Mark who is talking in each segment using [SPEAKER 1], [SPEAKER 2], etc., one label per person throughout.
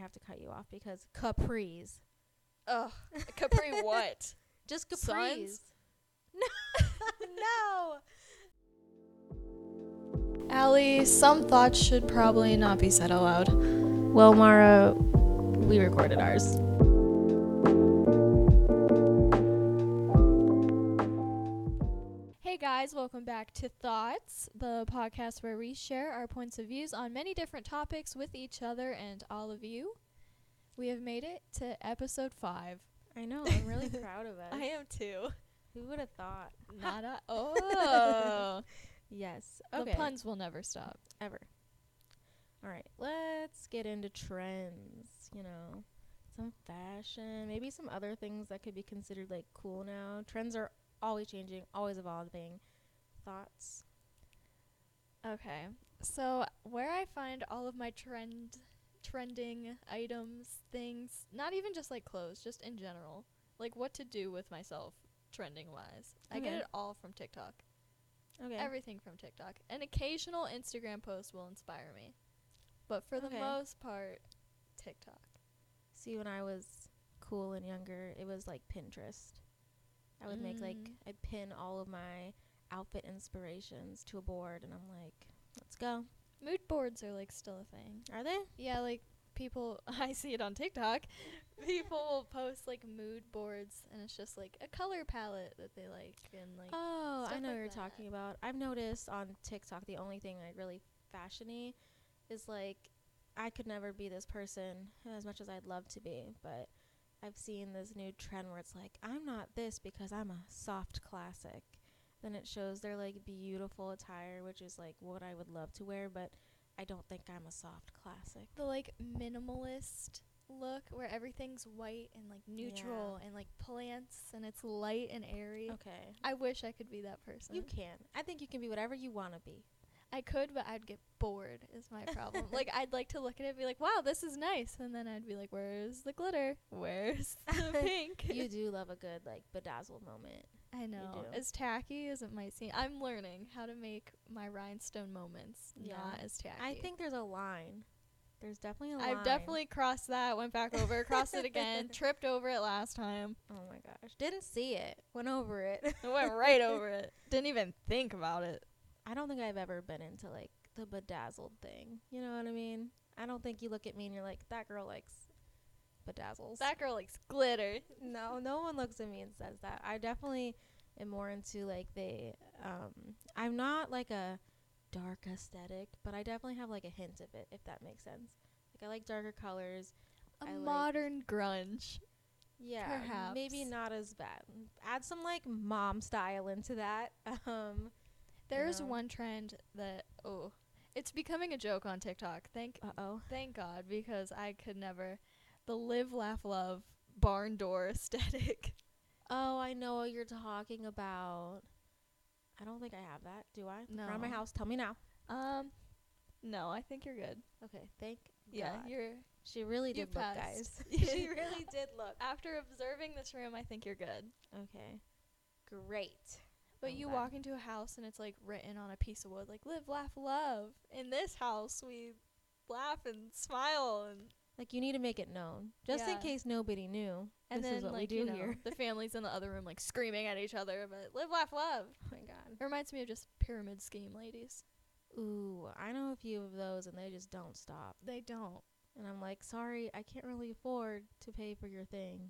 [SPEAKER 1] have to cut you off because capris.
[SPEAKER 2] Ugh. Capri what?
[SPEAKER 1] Just capris.
[SPEAKER 2] Suns?
[SPEAKER 1] no.
[SPEAKER 3] Allie, some thoughts should probably not be said aloud.
[SPEAKER 1] Well, Mara, we recorded ours.
[SPEAKER 3] Hey guys, welcome back to Thoughts, the podcast where we share our points of views on many different topics with each other and all of you. We have made it to episode five.
[SPEAKER 1] I know. I'm really proud of us.
[SPEAKER 3] too.
[SPEAKER 1] Who would have thought?
[SPEAKER 3] Not a oh.
[SPEAKER 1] Yes.
[SPEAKER 3] The puns will never stop.
[SPEAKER 1] ever. All right, let's get into trends, you know, some fashion, maybe some other things that could be considered like cool now. Trends are always changing, always evolving. Thoughts?
[SPEAKER 3] Okay. So where I find all of my trend trending items, things, not even just like clothes, just in general. Like what to do with myself trending wise. I get
[SPEAKER 1] Okay.
[SPEAKER 3] it all from TikTok.
[SPEAKER 1] Okay.
[SPEAKER 3] Everything from TikTok. An occasional Instagram post will inspire me. But for the
[SPEAKER 1] Okay.
[SPEAKER 3] most part, TikTok.
[SPEAKER 1] See, when I was cool and younger, it was like Pinterest. I would make like,
[SPEAKER 3] Mm.
[SPEAKER 1] I'd pin all of my outfit inspirations to a board, and I'm like, let's go.
[SPEAKER 3] Mood boards are like still a thing.
[SPEAKER 1] Are they?
[SPEAKER 3] Yeah, like people I see it on TikTok. People will post like mood boards and it's just like a color palette that they like and like
[SPEAKER 1] Oh, I
[SPEAKER 3] stuff
[SPEAKER 1] know
[SPEAKER 3] like
[SPEAKER 1] what you're
[SPEAKER 3] that.
[SPEAKER 1] talking about. I've noticed on TikTok the only thing like really fashiony is like I could never be this person as much as I'd love to be, but I've seen this new trend where it's like I'm not this because I'm a soft classic. Then it shows their like beautiful attire, which is like what I would love to wear, but I don't think I'm a soft classic.
[SPEAKER 3] the like minimalist look where everything's white and like neutral and like plants and it's light and airy.
[SPEAKER 1] Okay.
[SPEAKER 3] I wish I could be that person.
[SPEAKER 1] You can. I think you can be whatever you want to be.
[SPEAKER 3] I could, but I'd get bored is my problem. like I'd like to look at it and be like, "Wow, this is nice." And then I'd be like, "Where's the glitter? Where's the pink?"
[SPEAKER 1] you do love a good like bedazzled moment.
[SPEAKER 3] I know.
[SPEAKER 1] do.
[SPEAKER 3] As tacky as it might seem, I'm learning how to make my rhinestone moments
[SPEAKER 1] Yeah.
[SPEAKER 3] not as tacky.
[SPEAKER 1] I think there's a line. There's definitely a line.
[SPEAKER 3] I've definitely crossed that, went back over, crossed it again, tripped over it last time,
[SPEAKER 1] Oh my gosh. Didn't see it. Went over it.
[SPEAKER 3] and went right over it. Didn't even think about it.
[SPEAKER 1] I don't think I've ever been into like the bedazzled thing. You know what I mean? I don't think you look at me and you're like, that girl likes bedazzles.
[SPEAKER 3] That girl likes glitter.
[SPEAKER 1] no, no one looks at me and says that. I definitely am more into like the. Um, I'm not like a dark aesthetic, but I definitely have like a hint of it, if that makes sense. Like I like darker colors.
[SPEAKER 3] A
[SPEAKER 1] I like-
[SPEAKER 3] modern grunge.
[SPEAKER 1] Yeah, maybe
[SPEAKER 3] Perhaps.
[SPEAKER 1] not as bad. Add some like mom style into that. Um,
[SPEAKER 3] There's
[SPEAKER 1] know?
[SPEAKER 3] one trend that oh, it's becoming a joke on TikTok. Thank
[SPEAKER 1] uh oh,
[SPEAKER 3] thank God because I could never. The live laugh love barn door aesthetic.
[SPEAKER 1] oh, I know what you're talking about. I don't think I have that, do I? Around my
[SPEAKER 3] No.
[SPEAKER 1] house, tell me now.
[SPEAKER 3] Um, no, I think you're good.
[SPEAKER 1] Okay, thank
[SPEAKER 3] Yeah,
[SPEAKER 1] God.
[SPEAKER 3] you're.
[SPEAKER 1] she really
[SPEAKER 3] you
[SPEAKER 1] did look,
[SPEAKER 3] passed.
[SPEAKER 1] guys. she really did look.
[SPEAKER 3] After observing this room, I think you're good.
[SPEAKER 1] Okay, great.
[SPEAKER 3] But
[SPEAKER 1] I'm
[SPEAKER 3] you
[SPEAKER 1] glad.
[SPEAKER 3] walk into a house and it's like written on a piece of wood, like "Live, laugh, love." In this house, we laugh and smile, and
[SPEAKER 1] Like you need to make it known, just in
[SPEAKER 3] Yeah.
[SPEAKER 1] case nobody knew.
[SPEAKER 3] and
[SPEAKER 1] this
[SPEAKER 3] then
[SPEAKER 1] is what
[SPEAKER 3] like
[SPEAKER 1] we do
[SPEAKER 3] you know,
[SPEAKER 1] here.
[SPEAKER 3] the families in the other room like screaming at each other, but "Live, laugh, love."
[SPEAKER 1] Oh my God.
[SPEAKER 3] It reminds me of just pyramid scheme ladies.
[SPEAKER 1] Ooh, I know a few of those, and they just don't stop.
[SPEAKER 3] They don't.
[SPEAKER 1] And I'm like, sorry, I can't really afford to pay for your thing.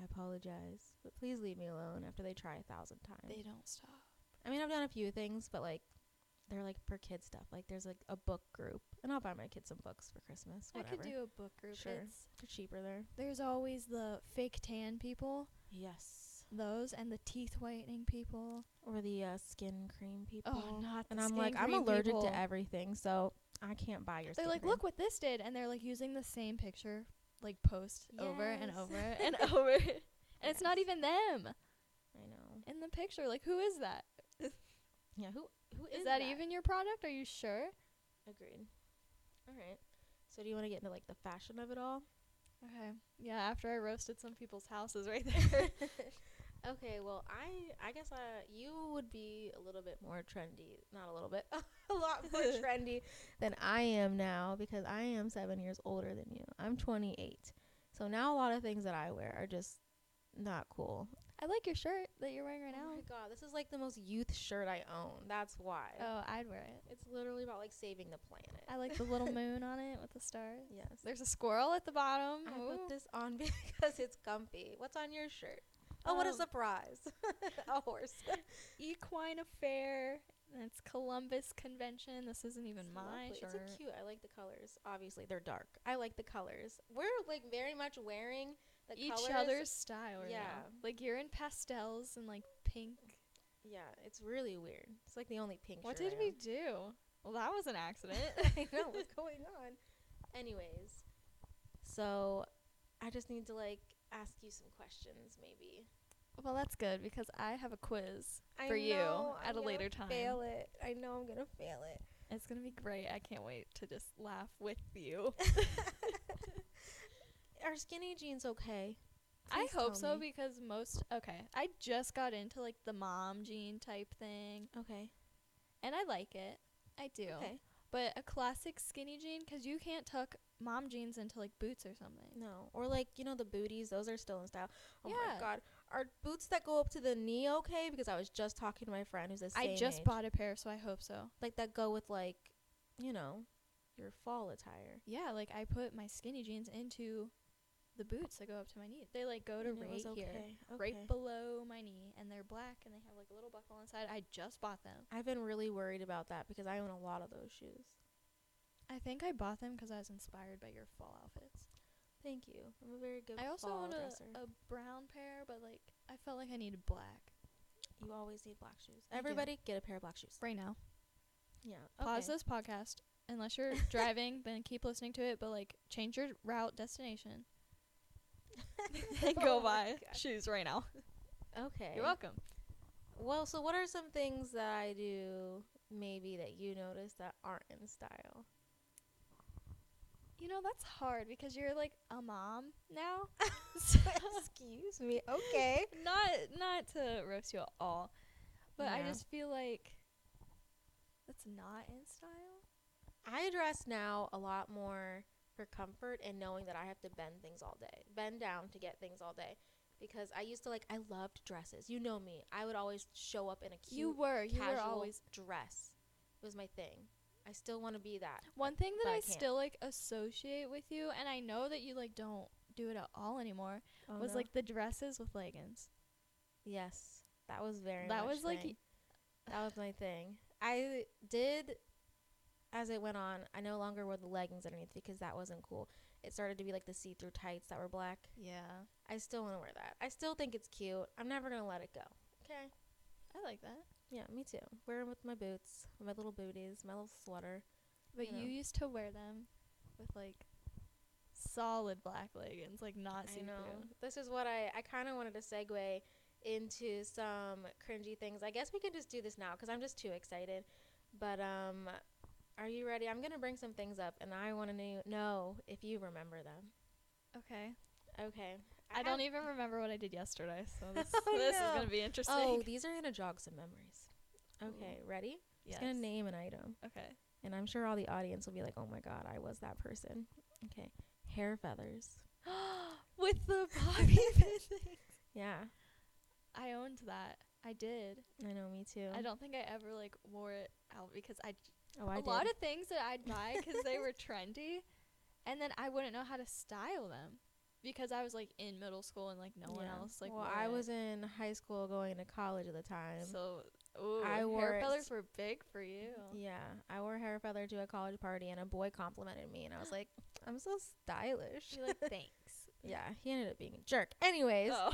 [SPEAKER 1] I apologize, but please leave me alone after they try a thousand times.
[SPEAKER 3] They don't stop.
[SPEAKER 1] I mean, I've done a few things, but like, they're like for kid stuff. Like, there's like a book group, and I'll buy my kids some books for Christmas. Whatever.
[SPEAKER 3] I could do a book group.
[SPEAKER 1] Sure.
[SPEAKER 3] It's,
[SPEAKER 1] They're cheaper there.
[SPEAKER 3] there's always the fake tan people,
[SPEAKER 1] Yes.
[SPEAKER 3] those, and the teeth whitening people.
[SPEAKER 1] Or the uh, skin cream people.
[SPEAKER 3] Oh, not
[SPEAKER 1] and
[SPEAKER 3] the
[SPEAKER 1] I'm
[SPEAKER 3] skin
[SPEAKER 1] like, I'm
[SPEAKER 3] cream
[SPEAKER 1] allergic
[SPEAKER 3] people.
[SPEAKER 1] to everything, so I can't buy your.
[SPEAKER 3] They're
[SPEAKER 1] skin
[SPEAKER 3] like,
[SPEAKER 1] cream.
[SPEAKER 3] look what this did, and they're like using the same picture, like post over and
[SPEAKER 1] Yes.
[SPEAKER 3] over and over, and it's not
[SPEAKER 1] Yes.
[SPEAKER 3] even them
[SPEAKER 1] I know.
[SPEAKER 3] in the picture. Like, who is that?
[SPEAKER 1] Yeah. Who? Who
[SPEAKER 3] Is, that, even your product? Are you sure?
[SPEAKER 1] Agreed. All right. So, do you want to get into like the fashion of it all?
[SPEAKER 3] Okay. Yeah. After I roasted some people's houses right there.
[SPEAKER 1] Okay, well, I I guess uh, you would be a little bit more trendy, not a little bit, a lot more trendy than I am now because I am seven years older than you. I'm 28, so now a lot of things that I wear are just not cool.
[SPEAKER 3] I like your shirt that you're wearing right
[SPEAKER 1] Oh my god, this is like the most youth shirt I own. That's why.
[SPEAKER 3] now. Oh, I'd wear it.
[SPEAKER 1] It's literally about like saving the planet.
[SPEAKER 3] I like the little moon on it with the stars.
[SPEAKER 1] yes.
[SPEAKER 3] There's a squirrel at the bottom.
[SPEAKER 1] I
[SPEAKER 3] Ooh.
[SPEAKER 1] put this on because it's comfy. What's on your shirt? Oh, what a
[SPEAKER 3] Um,
[SPEAKER 1] surprise! a horse.
[SPEAKER 3] Equine Affair. And it's Columbus Convention. This isn't even
[SPEAKER 1] It's
[SPEAKER 3] my
[SPEAKER 1] lovely.
[SPEAKER 3] shirt.
[SPEAKER 1] It's a cute. I like the colors. Obviously, they're dark. I like the colors. We're like very much wearing the
[SPEAKER 3] Each
[SPEAKER 1] colors.
[SPEAKER 3] other's style. Right yeah.
[SPEAKER 1] Yeah.
[SPEAKER 3] Like you're in pastels and like pink.
[SPEAKER 1] Yeah, it's really weird. It's like the only pink.
[SPEAKER 3] What
[SPEAKER 1] shirt
[SPEAKER 3] did
[SPEAKER 1] I
[SPEAKER 3] we
[SPEAKER 1] own.
[SPEAKER 3] do? Well, that was an accident.
[SPEAKER 1] I know what's going on. Anyways, so I just need to like ask you some questions, maybe.
[SPEAKER 3] well, that's good because I have a quiz.
[SPEAKER 1] I
[SPEAKER 3] For you,
[SPEAKER 1] know
[SPEAKER 3] at
[SPEAKER 1] I'm
[SPEAKER 3] a
[SPEAKER 1] gonna
[SPEAKER 3] later time.
[SPEAKER 1] Fail it. I know I'm gonna fail it.
[SPEAKER 3] It's gonna be great. I can't wait to just laugh with you.
[SPEAKER 1] Are skinny jeans okay?
[SPEAKER 3] I
[SPEAKER 1] Please
[SPEAKER 3] hope
[SPEAKER 1] tell
[SPEAKER 3] so
[SPEAKER 1] me.
[SPEAKER 3] because most okay. I just got into like the mom jean type thing,
[SPEAKER 1] okay.
[SPEAKER 3] and I like it. I do.
[SPEAKER 1] Okay.
[SPEAKER 3] But a classic skinny jean, because you can't tuck mom jeans into like boots or something.
[SPEAKER 1] No. Or like, you know, the booties, those are still in style. Oh
[SPEAKER 3] Yeah.
[SPEAKER 1] my god. Are boots that go up to the knee okay? Because I was just talking to my friend who's the same
[SPEAKER 3] I just
[SPEAKER 1] age.
[SPEAKER 3] bought a pair, so I hope so.
[SPEAKER 1] like that go with like, you know, your fall attire.
[SPEAKER 3] Yeah, like I put my skinny jeans into the boots that go up to my knee. They like go to
[SPEAKER 1] And it
[SPEAKER 3] right
[SPEAKER 1] was
[SPEAKER 3] here,
[SPEAKER 1] okay, okay.
[SPEAKER 3] right below my knee, and they're black and they have like a little buckle inside. I just bought them.
[SPEAKER 1] I've been really worried about that because I own a lot of those shoes.
[SPEAKER 3] I think I bought them because I was inspired by your fall outfits.
[SPEAKER 1] Thank you. I'm a very good
[SPEAKER 3] I also
[SPEAKER 1] fall
[SPEAKER 3] want
[SPEAKER 1] dresser.
[SPEAKER 3] a, a brown pair, but like I felt like I needed black
[SPEAKER 1] you always need black shoes.
[SPEAKER 3] I do.
[SPEAKER 1] Everybody get a pair of black shoes.
[SPEAKER 3] right now.
[SPEAKER 1] Yeah.
[SPEAKER 3] Pause
[SPEAKER 1] okay.
[SPEAKER 3] this podcast unless you're driving. Then keep listening to it, but like change your route destination and go
[SPEAKER 1] Oh my
[SPEAKER 3] buy
[SPEAKER 1] God.
[SPEAKER 3] shoes right now.
[SPEAKER 1] Okay.
[SPEAKER 3] You're welcome.
[SPEAKER 1] Well, so what are some things that I do maybe that you notice that aren't in style?
[SPEAKER 3] You know that's hard because you're like a mom now.
[SPEAKER 1] Excuse me.
[SPEAKER 3] Oh.
[SPEAKER 1] Okay.
[SPEAKER 3] not not to roast you at all, but I
[SPEAKER 1] Yeah.
[SPEAKER 3] just feel like that's not in style.
[SPEAKER 1] I dress now a lot more for comfort and knowing that I have to bend things all day, bend down to get things all day. Because I used to like, I loved dresses. You know me. I would always show up in a cute,
[SPEAKER 3] You were you
[SPEAKER 1] casual
[SPEAKER 3] were always
[SPEAKER 1] dress. It was my thing. I still want to be that.
[SPEAKER 3] One thing that
[SPEAKER 1] but
[SPEAKER 3] I,
[SPEAKER 1] I can't.
[SPEAKER 3] still like associate with you, and I know that you like don't do it at all anymore, was like the dresses with leggings.
[SPEAKER 1] yes, that was very.
[SPEAKER 3] that
[SPEAKER 1] much
[SPEAKER 3] was like,
[SPEAKER 1] thing.
[SPEAKER 3] y-
[SPEAKER 1] That was my thing. I did as it went on, I no longer wore the leggings underneath because that wasn't cool. It started to be like the see through tights that were black.
[SPEAKER 3] yeah,
[SPEAKER 1] I still want to wear that. I still think it's cute. I'm never going to let it go. Okay.
[SPEAKER 3] I like that.
[SPEAKER 1] Yeah, me too. Wear 'em with my boots, my little booties, my little sweater.
[SPEAKER 3] But
[SPEAKER 1] You
[SPEAKER 3] you,
[SPEAKER 1] know.
[SPEAKER 3] used to wear them with like solid black leggings, like not see
[SPEAKER 1] I know.
[SPEAKER 3] through.
[SPEAKER 1] This is what I, I kind of wanted to segue into some cringy things. I guess we can just do this now because I'm just too excited. But um, are you ready? I'm going to bring some things up and I want to know if you remember them.
[SPEAKER 3] Okay,
[SPEAKER 1] Okay.
[SPEAKER 3] I, don't
[SPEAKER 1] have-
[SPEAKER 3] even remember what I did yesterday, so this,
[SPEAKER 1] Oh,
[SPEAKER 3] this
[SPEAKER 1] no.
[SPEAKER 3] is gonna be interesting.
[SPEAKER 1] Oh, these are going to jog some memories. Okay, ready? It's
[SPEAKER 3] yes.
[SPEAKER 1] going to name an item.
[SPEAKER 3] okay.
[SPEAKER 1] And I'm sure all the audience will be like, oh my God, I was that person. Okay. Hair feathers.
[SPEAKER 3] with the bobby pin thing.
[SPEAKER 1] Yeah,
[SPEAKER 3] I owned that. I did.
[SPEAKER 1] I know, me too.
[SPEAKER 3] I don't think I ever like wore it out because I
[SPEAKER 1] Oh, I
[SPEAKER 3] a
[SPEAKER 1] did.
[SPEAKER 3] lot of things that I'd buy because they were trendy, and then I wouldn't know how to style them because I was like in middle school and like no one
[SPEAKER 1] Yeah.
[SPEAKER 3] else like.
[SPEAKER 1] well,
[SPEAKER 3] wore
[SPEAKER 1] I
[SPEAKER 3] it.
[SPEAKER 1] was in high school going to college at the time.
[SPEAKER 3] so. Ooh,
[SPEAKER 1] I wore
[SPEAKER 3] hair
[SPEAKER 1] it
[SPEAKER 3] feathers were big for you.
[SPEAKER 1] Yeah, I wore hair feather to a college party, and a boy complimented me, and I was like, "I'm so stylish."
[SPEAKER 3] You're like thanks.
[SPEAKER 1] yeah, he ended up being a jerk. Anyways,
[SPEAKER 3] Oh.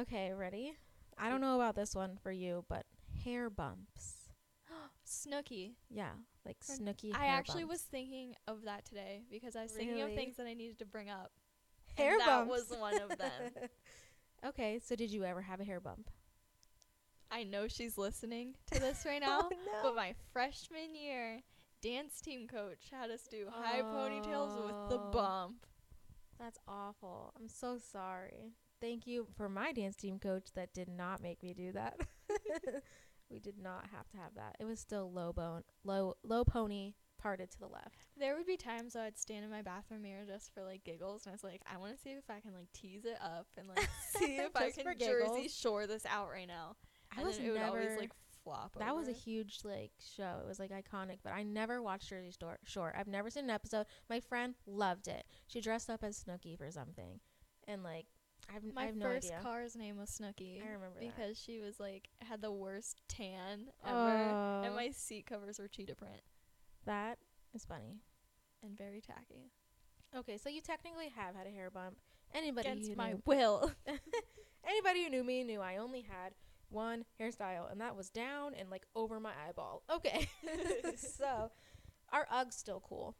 [SPEAKER 1] okay, ready? I don't know about this one for you, but hair bumps.
[SPEAKER 3] Snooky.
[SPEAKER 1] Yeah, like
[SPEAKER 3] Friend-
[SPEAKER 1] snooky.
[SPEAKER 3] I
[SPEAKER 1] hair
[SPEAKER 3] actually was
[SPEAKER 1] bumps.
[SPEAKER 3] thinking of that today because I was thinking of
[SPEAKER 1] Really?
[SPEAKER 3] things that I needed to bring up. and
[SPEAKER 1] hair
[SPEAKER 3] that
[SPEAKER 1] bumps.
[SPEAKER 3] was one of them.
[SPEAKER 1] okay, so did you ever have a hair bump?
[SPEAKER 3] I know she's listening to this right now,
[SPEAKER 1] Oh, no.
[SPEAKER 3] but my freshman year dance team coach had us do high ponytails with the
[SPEAKER 1] Oh.
[SPEAKER 3] bump.
[SPEAKER 1] That's awful. I'm so sorry. thank you for my dance team coach that did not make me do that. we did not have to have that. It was still low bone, low low pony parted to the left.
[SPEAKER 3] There would be times I'd stand in my bathroom mirror just for like giggles, and I was like, I want to see if I can like tease it up and like see if I
[SPEAKER 1] Just for
[SPEAKER 3] can Jersey
[SPEAKER 1] giggles.
[SPEAKER 3] Shore this out right now.
[SPEAKER 1] I
[SPEAKER 3] and
[SPEAKER 1] was
[SPEAKER 3] then it would always
[SPEAKER 1] never-
[SPEAKER 3] like flop.
[SPEAKER 1] That was a
[SPEAKER 3] over.
[SPEAKER 1] huge like show. It was like iconic, but I never watched Jersey Shore. Shore. I've never seen an episode. My friend loved it. She dressed up as Snooki for something, and like I've I
[SPEAKER 3] my
[SPEAKER 1] have no
[SPEAKER 3] first
[SPEAKER 1] idea.
[SPEAKER 3] car's name was Snooky.
[SPEAKER 1] I remember that.
[SPEAKER 3] because she was like had the worst tan ever, and
[SPEAKER 1] Oh.
[SPEAKER 3] my seat covers were cheetah print
[SPEAKER 1] That is funny.
[SPEAKER 3] and very tacky.
[SPEAKER 1] Okay, so you technically have had a hair bump. Anybody who
[SPEAKER 3] Against my
[SPEAKER 1] knew,
[SPEAKER 3] will.
[SPEAKER 1] anybody who knew me knew I only had one hairstyle, and that was down and like over my eyeball. Okay, so are Uggs still cool?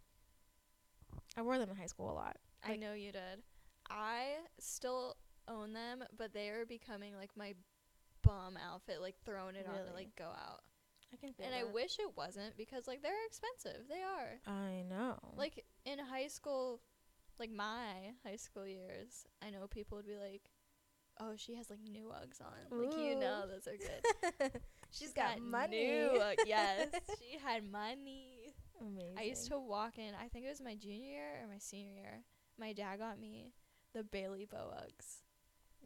[SPEAKER 1] I wore them in high school a lot.
[SPEAKER 3] I
[SPEAKER 1] Like-
[SPEAKER 3] know you did. I still own them, but they are becoming like my bum outfit, like throwing it on
[SPEAKER 1] Really?
[SPEAKER 3] to like go out.
[SPEAKER 1] I can
[SPEAKER 3] and I wish it wasn't because like they're expensive. They are.
[SPEAKER 1] I know.
[SPEAKER 3] Like in high school, like my high school years, I know people would be like, "Oh, she has like new Uggs on. Like you know
[SPEAKER 1] Ooh.
[SPEAKER 3] those are good."
[SPEAKER 1] she's got, money.
[SPEAKER 3] New Ugg- yes, she had money.
[SPEAKER 1] Amazing.
[SPEAKER 3] I used to walk in. I think it was my junior year or my senior year. My dad got me the Bailey Bow Uggs.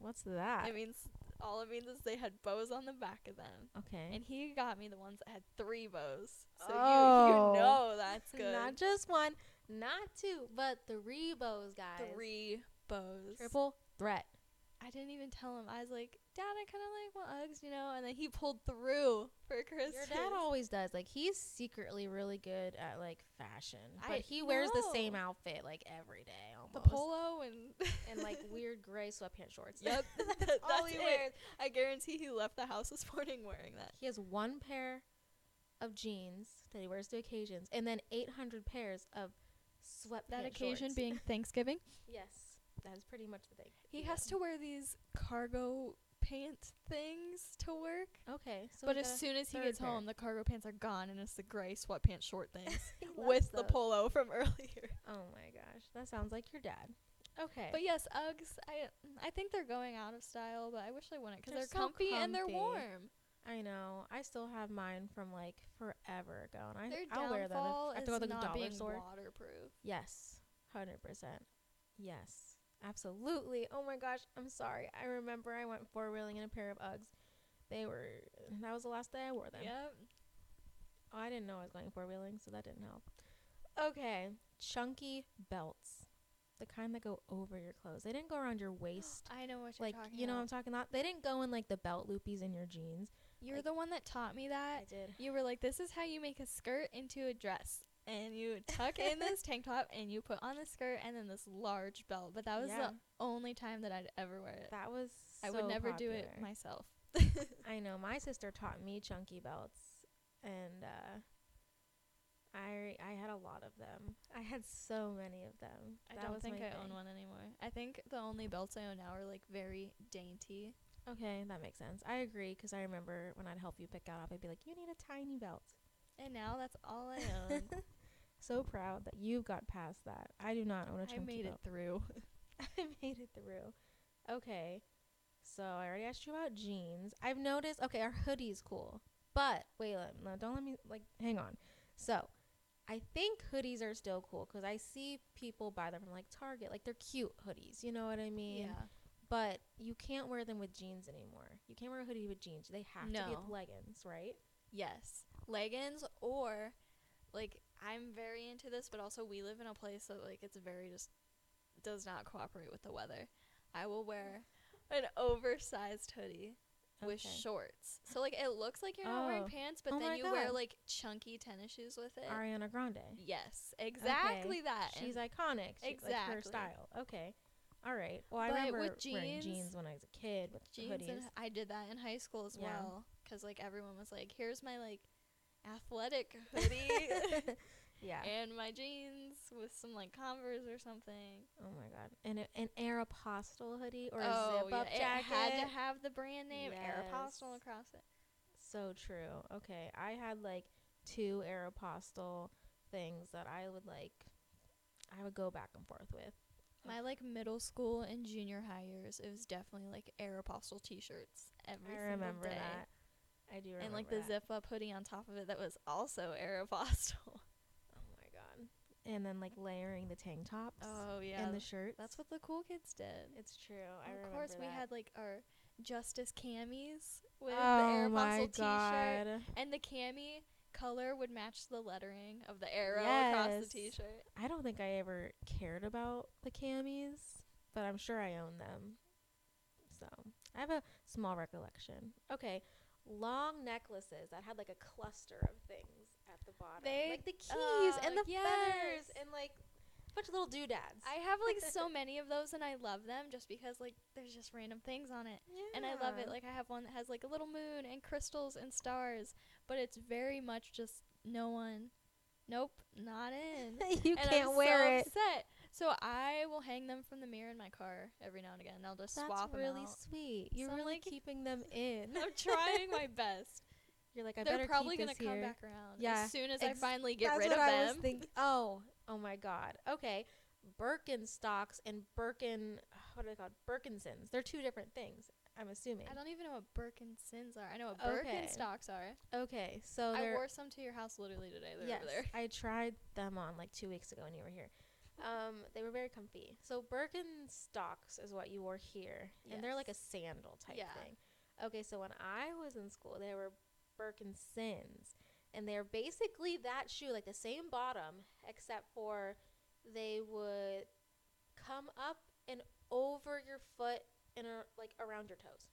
[SPEAKER 1] What's that?
[SPEAKER 3] I mean, s- all it means is they had bows on the back of them.
[SPEAKER 1] okay.
[SPEAKER 3] And he got me the ones that had three bows. So
[SPEAKER 1] Oh.
[SPEAKER 3] you, you know that's good.
[SPEAKER 1] Not just one, not two, but three bows, guys.
[SPEAKER 3] three bows.
[SPEAKER 1] Triple threat.
[SPEAKER 3] I didn't even tell him. I was like, Dad, I kind of like want Uggs, you know? And then he pulled through for
[SPEAKER 1] Your
[SPEAKER 3] Christmas.
[SPEAKER 1] dad always does. Like he's secretly really good at like fashion, but
[SPEAKER 3] I-
[SPEAKER 1] he wears the same
[SPEAKER 3] no.
[SPEAKER 1] outfit like every day almost.
[SPEAKER 3] the polo and.
[SPEAKER 1] and like weird gray sweatpants shorts.
[SPEAKER 3] Yep, that's
[SPEAKER 1] all he
[SPEAKER 3] it.
[SPEAKER 1] wears.
[SPEAKER 3] I guarantee he left the house this morning wearing that.
[SPEAKER 1] He has one pair of jeans that he wears to occasions, and then 800 pairs of sweatpants.
[SPEAKER 3] That occasion
[SPEAKER 1] shorts.
[SPEAKER 3] being Thanksgiving,
[SPEAKER 1] yes, that is pretty much the thing.
[SPEAKER 3] he has to wear these cargo pant things to work.
[SPEAKER 1] Okay, so
[SPEAKER 3] but
[SPEAKER 1] we
[SPEAKER 3] as
[SPEAKER 1] got a-
[SPEAKER 3] soon as he
[SPEAKER 1] third
[SPEAKER 3] gets
[SPEAKER 1] pair.
[SPEAKER 3] home, the cargo pants are gone, and it's the gray sweatpants short things
[SPEAKER 1] he loves
[SPEAKER 3] with the
[SPEAKER 1] those.
[SPEAKER 3] polo from earlier.
[SPEAKER 1] Oh my gosh, that sounds like your dad. Okay,
[SPEAKER 3] But yes, Uggs. I I think they're going out of style, but I wish they wouldn't because
[SPEAKER 1] They're
[SPEAKER 3] they're,
[SPEAKER 1] so
[SPEAKER 3] comfy, and they're
[SPEAKER 1] comfy.
[SPEAKER 3] warm.
[SPEAKER 1] I know I still have mine from like forever ago, and I
[SPEAKER 3] Their
[SPEAKER 1] I'll wear them.
[SPEAKER 3] downfall
[SPEAKER 1] If I have to go to
[SPEAKER 3] is
[SPEAKER 1] the
[SPEAKER 3] not
[SPEAKER 1] dollar
[SPEAKER 3] being
[SPEAKER 1] store.
[SPEAKER 3] waterproof.
[SPEAKER 1] Yes, hundred percent. Yes, absolutely. Oh my gosh, I'm sorry. I remember I went four wheeling in a pair of Uggs. They were. That was the last day I wore them.
[SPEAKER 3] Yep.
[SPEAKER 1] Oh, I didn't know I was going four wheeling, so that didn't help. Okay, chunky belts, the kind that go over your clothes. They didn't go around your waist.
[SPEAKER 3] I know what you're
[SPEAKER 1] Like
[SPEAKER 3] talking
[SPEAKER 1] you know, what I'm
[SPEAKER 3] about.
[SPEAKER 1] talking about. They didn't go in like the belt loopies in your jeans.
[SPEAKER 3] You're
[SPEAKER 1] like-
[SPEAKER 3] the one that taught me that.
[SPEAKER 1] did.
[SPEAKER 3] You were like, "This is how you make a skirt into a dress." And you tuck in this tank top, and you put on the skirt, and then this large belt. But that was
[SPEAKER 1] Yeah.
[SPEAKER 3] the only time that I'd ever wear it.
[SPEAKER 1] That was.
[SPEAKER 3] Uh, I would
[SPEAKER 1] so
[SPEAKER 3] never do it
[SPEAKER 1] popular.
[SPEAKER 3] myself.
[SPEAKER 1] I know my sister taught me chunky belts, and uh, I I had a lot of them. I had so many of them.
[SPEAKER 3] I
[SPEAKER 1] That
[SPEAKER 3] don't
[SPEAKER 1] was
[SPEAKER 3] think
[SPEAKER 1] my
[SPEAKER 3] I own
[SPEAKER 1] thing.
[SPEAKER 3] one anymore. I think the only belts I own now are like very dainty.
[SPEAKER 1] Okay, that makes sense. I agree because I remember when I'd help you pick out, I'd be like, "You need a tiny belt."
[SPEAKER 3] And now that's all I own.
[SPEAKER 1] So proud that you got past that. I do not own a
[SPEAKER 3] I
[SPEAKER 1] chunky
[SPEAKER 3] made it
[SPEAKER 1] belt.
[SPEAKER 3] through.
[SPEAKER 1] I made it through. Okay, so I already asked you about jeans. I've noticed. Okay, our hoodies cool, but wait, let, no, don't let me like hang on. So, I think hoodies are still cool because I see people buy them from like Target. Like they're cute hoodies. You know what I mean? But you can't wear them with jeans anymore. You can't wear a hoodie with jeans. They have to be
[SPEAKER 3] No.
[SPEAKER 1] with leggings, right?
[SPEAKER 3] Yes. Leggings or like I'm very into this, but also we live in a place that like it's very just does not cooperate with the weather. I will wear an oversized hoodie with
[SPEAKER 1] Okay.
[SPEAKER 3] shorts. So like it looks like you're not wearing
[SPEAKER 1] Oh.
[SPEAKER 3] pants, but
[SPEAKER 1] Oh my
[SPEAKER 3] then you wear
[SPEAKER 1] God.
[SPEAKER 3] like chunky tennis shoes with it.
[SPEAKER 1] Ariana Grande.
[SPEAKER 3] Yes, exactly that.
[SPEAKER 1] She's
[SPEAKER 3] and
[SPEAKER 1] iconic. She, Like her
[SPEAKER 3] Exactly.
[SPEAKER 1] style. Okay. All right. Well, I
[SPEAKER 3] But
[SPEAKER 1] remember
[SPEAKER 3] with
[SPEAKER 1] wearing
[SPEAKER 3] jeans-
[SPEAKER 1] jeans when I was a kid with the
[SPEAKER 3] jeans
[SPEAKER 1] hoodies.
[SPEAKER 3] and uh, I did that in high school as
[SPEAKER 1] Yeah.
[SPEAKER 3] well. 'Cause well cuz like everyone was like, "Here's my like athletic hoodie
[SPEAKER 1] yeah.
[SPEAKER 3] and my jeans with some like Converse or something."
[SPEAKER 1] oh my god. And a, an Aeropostale hoodie or a
[SPEAKER 3] Oh,
[SPEAKER 1] zip up
[SPEAKER 3] yeah,
[SPEAKER 1] jacket.
[SPEAKER 3] It had to have the brand name Aeropostale
[SPEAKER 1] Yes.
[SPEAKER 3] across it.
[SPEAKER 1] so true. Okay, I had like two Aeropostale things that I would like. I would go back and forth with.
[SPEAKER 3] My my like middle school and junior high years, it was definitely like Air Apostle t-shirts every
[SPEAKER 1] I
[SPEAKER 3] single
[SPEAKER 1] remember
[SPEAKER 3] day.
[SPEAKER 1] that. I do remember
[SPEAKER 3] and like the
[SPEAKER 1] that.
[SPEAKER 3] zip up hoodie on top of it that was also Aeropostale.
[SPEAKER 1] Oh my god. And then like layering the tank tops
[SPEAKER 3] Oh yeah,
[SPEAKER 1] and the shirts.
[SPEAKER 3] that's what the cool kids did.
[SPEAKER 1] it's true. I
[SPEAKER 3] of
[SPEAKER 1] remember
[SPEAKER 3] course, we
[SPEAKER 1] that.
[SPEAKER 3] had like our Justice camis with
[SPEAKER 1] oh
[SPEAKER 3] the
[SPEAKER 1] my
[SPEAKER 3] Aeropostale t-shirt,
[SPEAKER 1] god.
[SPEAKER 3] and the cami color would match the lettering of the arrow across
[SPEAKER 1] Yes.
[SPEAKER 3] the t-shirt.
[SPEAKER 1] I don't think I ever cared about the camis, but I'm sure I own them. So I have a small recollection. Okay, long necklaces that had like a cluster of things at the bottom,
[SPEAKER 3] They-
[SPEAKER 1] like the keys
[SPEAKER 3] oh,
[SPEAKER 1] and the feathers
[SPEAKER 3] yes.
[SPEAKER 1] and like a bunch of little doodads.
[SPEAKER 3] I have like so many of those, and I love them just because like there's just random things on it. and I love it.
[SPEAKER 1] Yeah.
[SPEAKER 3] Like I have one that has like a little moon and crystals and stars, but it's very much just no one. Nope, not in.
[SPEAKER 1] you
[SPEAKER 3] And
[SPEAKER 1] can't
[SPEAKER 3] I'm so
[SPEAKER 1] wear it.
[SPEAKER 3] Upset. So I will hang them from the mirror in my car every now and again. I'll just swap
[SPEAKER 1] That's
[SPEAKER 3] them
[SPEAKER 1] really
[SPEAKER 3] out.
[SPEAKER 1] sweet. You're
[SPEAKER 3] So I'm
[SPEAKER 1] really
[SPEAKER 3] like-
[SPEAKER 1] keeping them in.
[SPEAKER 3] I'm trying my best.
[SPEAKER 1] You're like, I better
[SPEAKER 3] They're
[SPEAKER 1] keep
[SPEAKER 3] probably
[SPEAKER 1] this
[SPEAKER 3] gonna come
[SPEAKER 1] here.
[SPEAKER 3] back around
[SPEAKER 1] Yeah,
[SPEAKER 3] as soon as
[SPEAKER 1] ex-
[SPEAKER 3] I finally get
[SPEAKER 1] That's
[SPEAKER 3] rid
[SPEAKER 1] what
[SPEAKER 3] of
[SPEAKER 1] I
[SPEAKER 3] them.
[SPEAKER 1] was think- oh, oh my God. Okay, Birkenstocks and Birkin. What are they called? Birkinsons. They're two different things. I'm assuming.
[SPEAKER 3] I don't even know what Birkinsons are. I know what
[SPEAKER 1] Okay.
[SPEAKER 3] Birkenstocks are.
[SPEAKER 1] Okay, so
[SPEAKER 3] I
[SPEAKER 1] they're
[SPEAKER 3] wore some to your house literally today. They're
[SPEAKER 1] yes.
[SPEAKER 3] over there.
[SPEAKER 1] I tried them on like two weeks ago when you were here. Um, they were very comfy. So Birkenstocks is what you wore here, and they're like a
[SPEAKER 3] Yes.
[SPEAKER 1] sandal type
[SPEAKER 3] Yeah.
[SPEAKER 1] thing. Okay, so when I was in school, they were Birkinsons, and they're basically that shoe, like the same bottom, except for they would come up and over your foot and ar- like around your toes,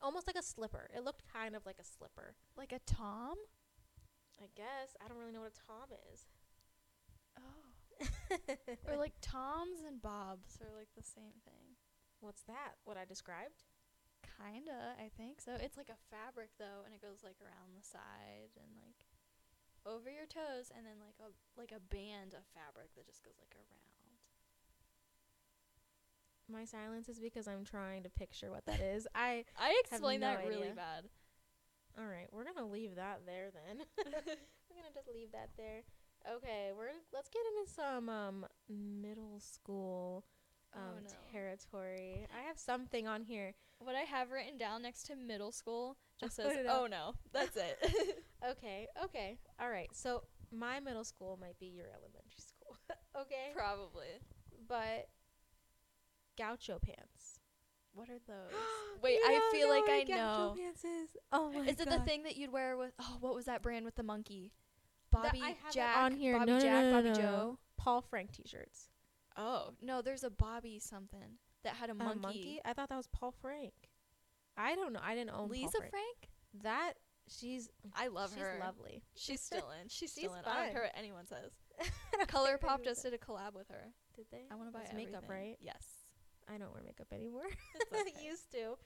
[SPEAKER 1] almost like a slipper. It looked kind of like a slipper.
[SPEAKER 3] Like a Tom.
[SPEAKER 1] I guess I don't really know what a tom is.
[SPEAKER 3] Oh. or like Toms and Bobs are like the same thing.
[SPEAKER 1] What's that? What I described?
[SPEAKER 3] Kinda, I think so. It's like a fabric though, and it goes like around the side and like over your toes, and then like a like a band of fabric that just goes like around.
[SPEAKER 1] My silence is because I'm trying to picture what that is. I
[SPEAKER 3] I
[SPEAKER 1] explained
[SPEAKER 3] explained
[SPEAKER 1] that
[SPEAKER 3] that
[SPEAKER 1] no really
[SPEAKER 3] really
[SPEAKER 1] idea.
[SPEAKER 3] bad.
[SPEAKER 1] all right. We're gonna leave that there then. we're gonna just leave that there. Okay, we're let's get into some um middle school um
[SPEAKER 3] Oh, no.
[SPEAKER 1] territory. I have something on here.
[SPEAKER 3] What I have written down next to middle school just
[SPEAKER 1] Oh,
[SPEAKER 3] says,
[SPEAKER 1] no.
[SPEAKER 3] "Oh no, that's it."
[SPEAKER 1] Okay, okay, all right. So my middle school might be your elementary school. okay,
[SPEAKER 3] Probably.
[SPEAKER 1] but gaucho pants.
[SPEAKER 3] What are those? Wait,
[SPEAKER 1] You
[SPEAKER 3] I
[SPEAKER 1] don't
[SPEAKER 3] feel like
[SPEAKER 1] what
[SPEAKER 3] I
[SPEAKER 1] a gaucho
[SPEAKER 3] know.
[SPEAKER 1] Pants is. Oh my
[SPEAKER 3] Is it the
[SPEAKER 1] God.
[SPEAKER 3] thing that you'd wear with? Oh, what was that brand with the monkey?
[SPEAKER 1] That
[SPEAKER 3] Bobby
[SPEAKER 1] I have it
[SPEAKER 3] Jack
[SPEAKER 1] on here.
[SPEAKER 3] Bobby
[SPEAKER 1] No, no,
[SPEAKER 3] Jack,
[SPEAKER 1] no, no,
[SPEAKER 3] Bobby
[SPEAKER 1] no, no.
[SPEAKER 3] Joe.
[SPEAKER 1] Paul Frank t-shirts.
[SPEAKER 3] Oh no, there's a Bobby something that had a
[SPEAKER 1] A
[SPEAKER 3] Mm-hmm. monkey.
[SPEAKER 1] monkey? I thought that was Paul Frank. I don't know. I didn't own
[SPEAKER 3] Lisa
[SPEAKER 1] Paul Frank.
[SPEAKER 3] Frank?
[SPEAKER 1] That she's
[SPEAKER 3] Mm. I love
[SPEAKER 1] she's
[SPEAKER 3] her.
[SPEAKER 1] lovely.
[SPEAKER 3] She's still in.
[SPEAKER 1] She's
[SPEAKER 3] She's, still in. I
[SPEAKER 1] fun.
[SPEAKER 3] don't care what anyone says.
[SPEAKER 1] Color Pop
[SPEAKER 3] Colourpop just did a collab with her.
[SPEAKER 1] did they?
[SPEAKER 3] I want to buy
[SPEAKER 1] It's makeup,
[SPEAKER 3] everything.
[SPEAKER 1] right?
[SPEAKER 3] Yes.
[SPEAKER 1] I don't wear makeup anymore.
[SPEAKER 3] It's okay.
[SPEAKER 1] Used to.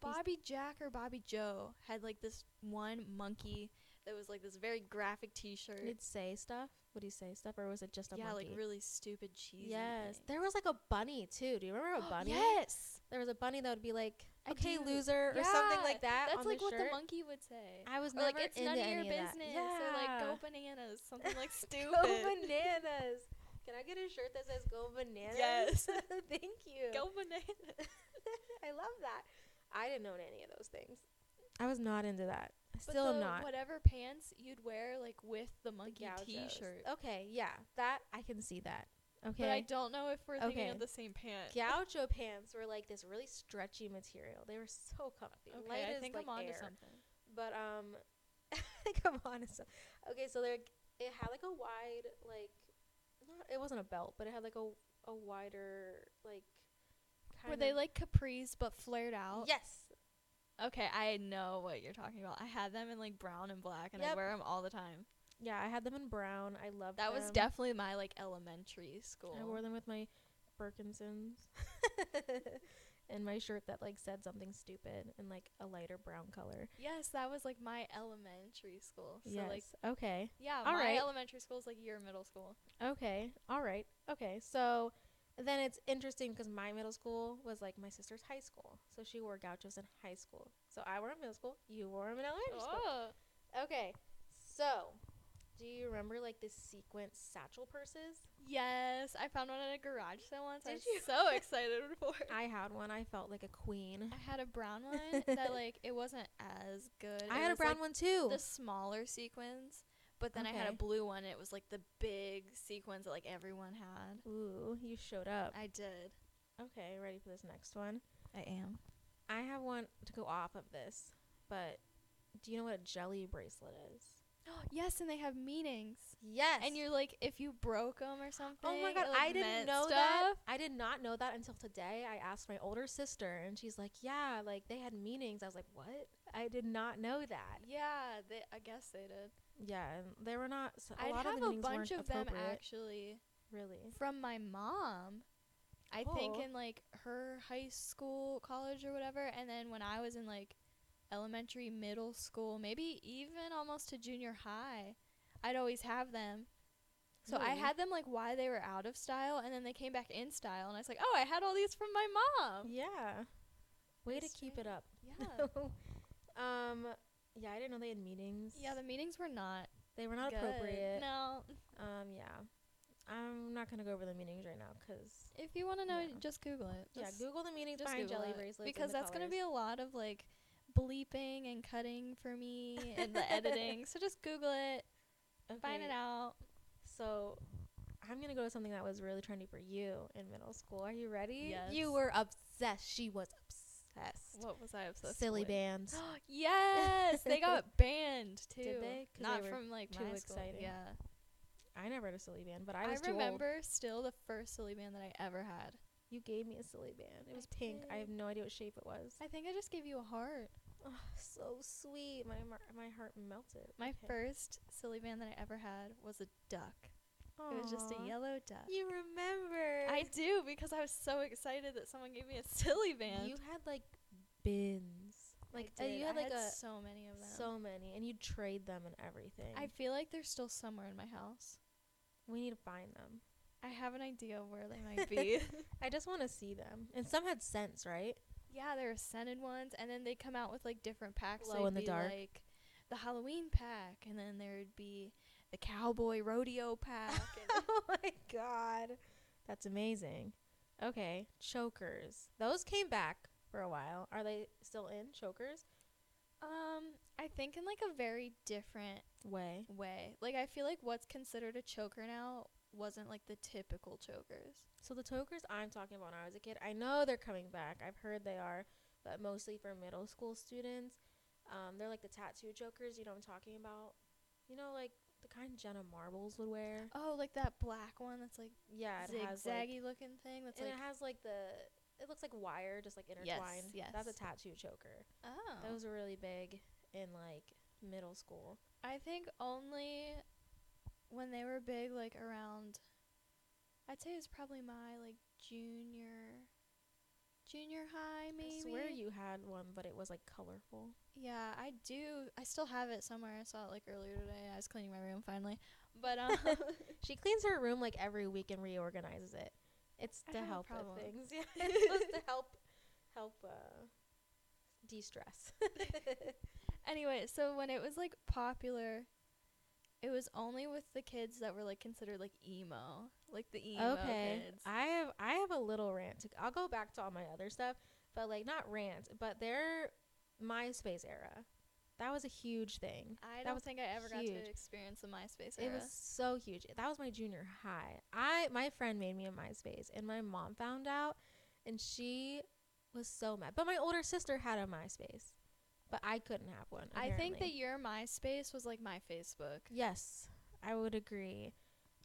[SPEAKER 3] Bobby Jack or Bobby Joe had like this one monkey that was like this very graphic T-shirt.
[SPEAKER 1] Did it say stuff? Would he say stuff, or was it just a
[SPEAKER 3] yeah,
[SPEAKER 1] monkey?
[SPEAKER 3] like really stupid cheesy.
[SPEAKER 1] yes.
[SPEAKER 3] thing.
[SPEAKER 1] There was like a bunny too. Do you remember a bunny?
[SPEAKER 3] yes.
[SPEAKER 1] There was a bunny that would be like,
[SPEAKER 3] I
[SPEAKER 1] "Okay,
[SPEAKER 3] do.
[SPEAKER 1] loser," or something like
[SPEAKER 3] Yeah,
[SPEAKER 1] that.
[SPEAKER 3] That's
[SPEAKER 1] on
[SPEAKER 3] like
[SPEAKER 1] the
[SPEAKER 3] what
[SPEAKER 1] shirt.
[SPEAKER 3] the monkey would say.
[SPEAKER 1] I was
[SPEAKER 3] or like
[SPEAKER 1] never
[SPEAKER 3] it's
[SPEAKER 1] into
[SPEAKER 3] none of your
[SPEAKER 1] any that.
[SPEAKER 3] business. Or like
[SPEAKER 1] Yeah.
[SPEAKER 3] go bananas. Something like stupid.
[SPEAKER 1] Go bananas. Can I get a shirt that says go bananas?
[SPEAKER 3] Yes.
[SPEAKER 1] Thank you.
[SPEAKER 3] Go bananas.
[SPEAKER 1] I love that. I didn't own any of those things. I was not into that. I
[SPEAKER 3] But
[SPEAKER 1] still am
[SPEAKER 3] the
[SPEAKER 1] not.
[SPEAKER 3] Whatever pants you'd wear, like with the
[SPEAKER 1] The
[SPEAKER 3] monkey
[SPEAKER 1] gauchos.
[SPEAKER 3] T-shirt.
[SPEAKER 1] Okay, yeah. That I can see that. Okay.
[SPEAKER 3] But I don't know if we're thinking
[SPEAKER 1] Okay.
[SPEAKER 3] of the same pants.
[SPEAKER 1] Gaucho pants were like this really stretchy material. They were so comfy.
[SPEAKER 3] Okay,
[SPEAKER 1] Light
[SPEAKER 3] I
[SPEAKER 1] as
[SPEAKER 3] think
[SPEAKER 1] like
[SPEAKER 3] I'm onto
[SPEAKER 1] air.
[SPEAKER 3] something.
[SPEAKER 1] But um, I think I'm on to some. Okay, so there it had like a wide like, not it wasn't a belt, but it had like a a wider like.
[SPEAKER 3] Were they
[SPEAKER 1] kinda-
[SPEAKER 3] like capris but flared out?
[SPEAKER 1] Yes.
[SPEAKER 3] Okay, I know what you're talking about. I had them in like brown and black, and I
[SPEAKER 1] Yep.
[SPEAKER 3] wear them all the time.
[SPEAKER 1] Yeah, I had them in brown. I loved
[SPEAKER 3] That was
[SPEAKER 1] them.
[SPEAKER 3] definitely my like elementary school.
[SPEAKER 1] Um, I wore them with my Birkinsons and my shirt that like said something stupid in like a lighter brown color.
[SPEAKER 3] yes, that was like my elementary school. So
[SPEAKER 1] yes.
[SPEAKER 3] like,
[SPEAKER 1] okay.
[SPEAKER 3] yeah,
[SPEAKER 1] All
[SPEAKER 3] my
[SPEAKER 1] right.
[SPEAKER 3] elementary school is like your middle school.
[SPEAKER 1] Okay. All right. Okay. So then it's interesting because my middle school was like my sister's high school. So she wore gauchos in high
[SPEAKER 3] Oh.
[SPEAKER 1] school. So I wore 'em in middle school. You wore them in elementary school. Okay. So Do you remember like the sequin satchel purses?
[SPEAKER 3] Yes, I found one at a garage sale once. I
[SPEAKER 1] Did
[SPEAKER 3] was
[SPEAKER 1] you?
[SPEAKER 3] so excited for it.
[SPEAKER 1] I had one. I felt like a queen.
[SPEAKER 3] I had a brown one that like it wasn't as good.
[SPEAKER 1] I
[SPEAKER 3] It
[SPEAKER 1] had a
[SPEAKER 3] was,
[SPEAKER 1] brown
[SPEAKER 3] like,
[SPEAKER 1] one too.
[SPEAKER 3] The smaller sequins, but then I had a
[SPEAKER 1] Okay.
[SPEAKER 3] blue one. It was like the big sequins that like everyone had.
[SPEAKER 1] Ooh, you showed up.
[SPEAKER 3] I did.
[SPEAKER 1] Okay, ready for this next one?
[SPEAKER 3] I am.
[SPEAKER 1] I have one to go off of this, but do you know what a jelly bracelet is?
[SPEAKER 3] yes, and they have meanings.
[SPEAKER 1] Yes.
[SPEAKER 3] And you're like, if you broke them or something.
[SPEAKER 1] Oh my god,
[SPEAKER 3] it, like,
[SPEAKER 1] I didn't
[SPEAKER 3] meant
[SPEAKER 1] know
[SPEAKER 3] stuff.
[SPEAKER 1] that. I did not know that until today. I asked my older sister and she's like, "Yeah, like they had meanings." I was like, "What?" I did not know that.
[SPEAKER 3] Yeah, they, I guess they did.
[SPEAKER 1] Yeah, and they were not so a
[SPEAKER 3] I
[SPEAKER 1] lot
[SPEAKER 3] have
[SPEAKER 1] of the
[SPEAKER 3] a
[SPEAKER 1] meanings
[SPEAKER 3] bunch
[SPEAKER 1] weren't
[SPEAKER 3] of them
[SPEAKER 1] appropriate,
[SPEAKER 3] actually
[SPEAKER 1] really.
[SPEAKER 3] from my mom. I think
[SPEAKER 1] Cool.
[SPEAKER 3] in like her high school, college, or whatever, and then when I was in like elementary, middle school, maybe even almost to junior high, I'd always have them. So I
[SPEAKER 1] Really?
[SPEAKER 3] had them like while they were out of style, and then they came back in style, and I was like, oh, I had all these from my mom.
[SPEAKER 1] Yeah. Way to
[SPEAKER 3] That's
[SPEAKER 1] keep it
[SPEAKER 3] right.
[SPEAKER 1] up.
[SPEAKER 3] Yeah,
[SPEAKER 1] um yeah, I didn't know they had meanings.
[SPEAKER 3] yeah, the meetings were not
[SPEAKER 1] they were not
[SPEAKER 3] good.
[SPEAKER 1] appropriate.
[SPEAKER 3] No,
[SPEAKER 1] Um yeah. I'm not going to go over the meanings right now cuz
[SPEAKER 3] If you want to know,
[SPEAKER 1] Yeah.
[SPEAKER 3] just Google it.
[SPEAKER 1] yeah,
[SPEAKER 3] Just-
[SPEAKER 1] Google the meanings
[SPEAKER 3] just
[SPEAKER 1] behind
[SPEAKER 3] Google
[SPEAKER 1] jelly
[SPEAKER 3] it,
[SPEAKER 1] bracelets and
[SPEAKER 3] because
[SPEAKER 1] the
[SPEAKER 3] that's going to
[SPEAKER 1] colors.
[SPEAKER 3] be a lot of like bleeping and cutting for me and the editing. So just Google it, find it
[SPEAKER 1] Okay,
[SPEAKER 3] out.
[SPEAKER 1] So I'm gonna go to something that was really trendy for you in middle school. Are you ready?
[SPEAKER 3] Yes.
[SPEAKER 1] You were obsessed. She was obsessed.
[SPEAKER 3] What was I obsessed
[SPEAKER 1] Silly
[SPEAKER 3] with?
[SPEAKER 1] bands.
[SPEAKER 3] yes, they got banned too.
[SPEAKER 1] Did they? 'Cause they
[SPEAKER 3] Not
[SPEAKER 1] were
[SPEAKER 3] from like
[SPEAKER 1] too
[SPEAKER 3] my
[SPEAKER 1] exciting.
[SPEAKER 3] School. Yeah,
[SPEAKER 1] I never had a silly band, but I
[SPEAKER 3] I,
[SPEAKER 1] was too old.
[SPEAKER 3] remember still the first silly band that I ever had.
[SPEAKER 1] You gave me a silly band. It
[SPEAKER 3] I
[SPEAKER 1] was pink. I
[SPEAKER 3] did.
[SPEAKER 1] have no idea what shape it was.
[SPEAKER 3] I think I just gave you a heart.
[SPEAKER 1] Oh, so sweet. My mar- my heart melted.
[SPEAKER 3] My
[SPEAKER 1] Okay.
[SPEAKER 3] first silly band that I ever had was a duck. It was just
[SPEAKER 1] Aw.
[SPEAKER 3] a yellow duck.
[SPEAKER 1] You remember?
[SPEAKER 3] I do because I was so excited that someone gave me a silly band.
[SPEAKER 1] You had like bins. Like uh, you had like a
[SPEAKER 3] so many of them.
[SPEAKER 1] so many, and you trade them and everything.
[SPEAKER 3] I feel like they're still somewhere in my house.
[SPEAKER 1] we need to find them.
[SPEAKER 3] I have an idea where they might be.
[SPEAKER 1] I just want to see them. And some had scents, right?
[SPEAKER 3] yeah, there are scented ones, and then they come out with like different packs.
[SPEAKER 1] Glow
[SPEAKER 3] They'd
[SPEAKER 1] in the
[SPEAKER 3] be,
[SPEAKER 1] dark.
[SPEAKER 3] like the Halloween pack, and then there'd be the cowboy rodeo pack. and
[SPEAKER 1] oh my god. That's amazing. Okay, chokers. Those came back for a while. Are they still in chokers?
[SPEAKER 3] um, I think in like a very different
[SPEAKER 1] Way.
[SPEAKER 3] way. Like I feel like what's considered a choker now wasn't like the typical chokers.
[SPEAKER 1] So the chokers I'm talking about when I was a kid, I know they're coming back. I've heard they are, but mostly for middle school students. Um, they're like the tattoo chokers, you know what I'm talking about? You know, like the kind Jenna Marbles would wear.
[SPEAKER 3] Oh, like that black one that's like
[SPEAKER 1] Yeah, it has like,
[SPEAKER 3] zigzaggy looking thing. That's
[SPEAKER 1] and
[SPEAKER 3] like
[SPEAKER 1] it has like the it looks like wire just like intertwined. That's a
[SPEAKER 3] yes.
[SPEAKER 1] tattoo choker.
[SPEAKER 3] oh.
[SPEAKER 1] Those were really big in like middle school.
[SPEAKER 3] I think only when they were big, like around, I'd say it's probably my like junior, junior high maybe.
[SPEAKER 1] I swear you had one, but it was like colorful.
[SPEAKER 3] Yeah, I do. I still have it somewhere. I saw it like earlier today. I was cleaning my room finally, but um,
[SPEAKER 1] She cleans her room like every week and reorganizes it. It's
[SPEAKER 3] I
[SPEAKER 1] to
[SPEAKER 3] have a
[SPEAKER 1] help
[SPEAKER 3] problem.
[SPEAKER 1] with things. Yeah, it's supposed to help help uh, de stress.
[SPEAKER 3] anyway, so when it was like popular. It was only with the kids that were like considered like emo, like the emo
[SPEAKER 1] okay,
[SPEAKER 3] kids.
[SPEAKER 1] I have I have a little rant. To, I'll go back to all my other stuff, but like not rant, but their MySpace era. That was a huge thing.
[SPEAKER 3] I
[SPEAKER 1] That
[SPEAKER 3] don't
[SPEAKER 1] was
[SPEAKER 3] think I ever got
[SPEAKER 1] huge.
[SPEAKER 3] to experience the MySpace
[SPEAKER 1] It
[SPEAKER 3] era.
[SPEAKER 1] was so huge. That was my junior high. I my friend made me a MySpace, and my mom found out, and she was so mad. But my older sister had a MySpace, but I couldn't have one.
[SPEAKER 3] I think that
[SPEAKER 1] apparently.
[SPEAKER 3] your MySpace was like my Facebook.
[SPEAKER 1] yes, I would agree.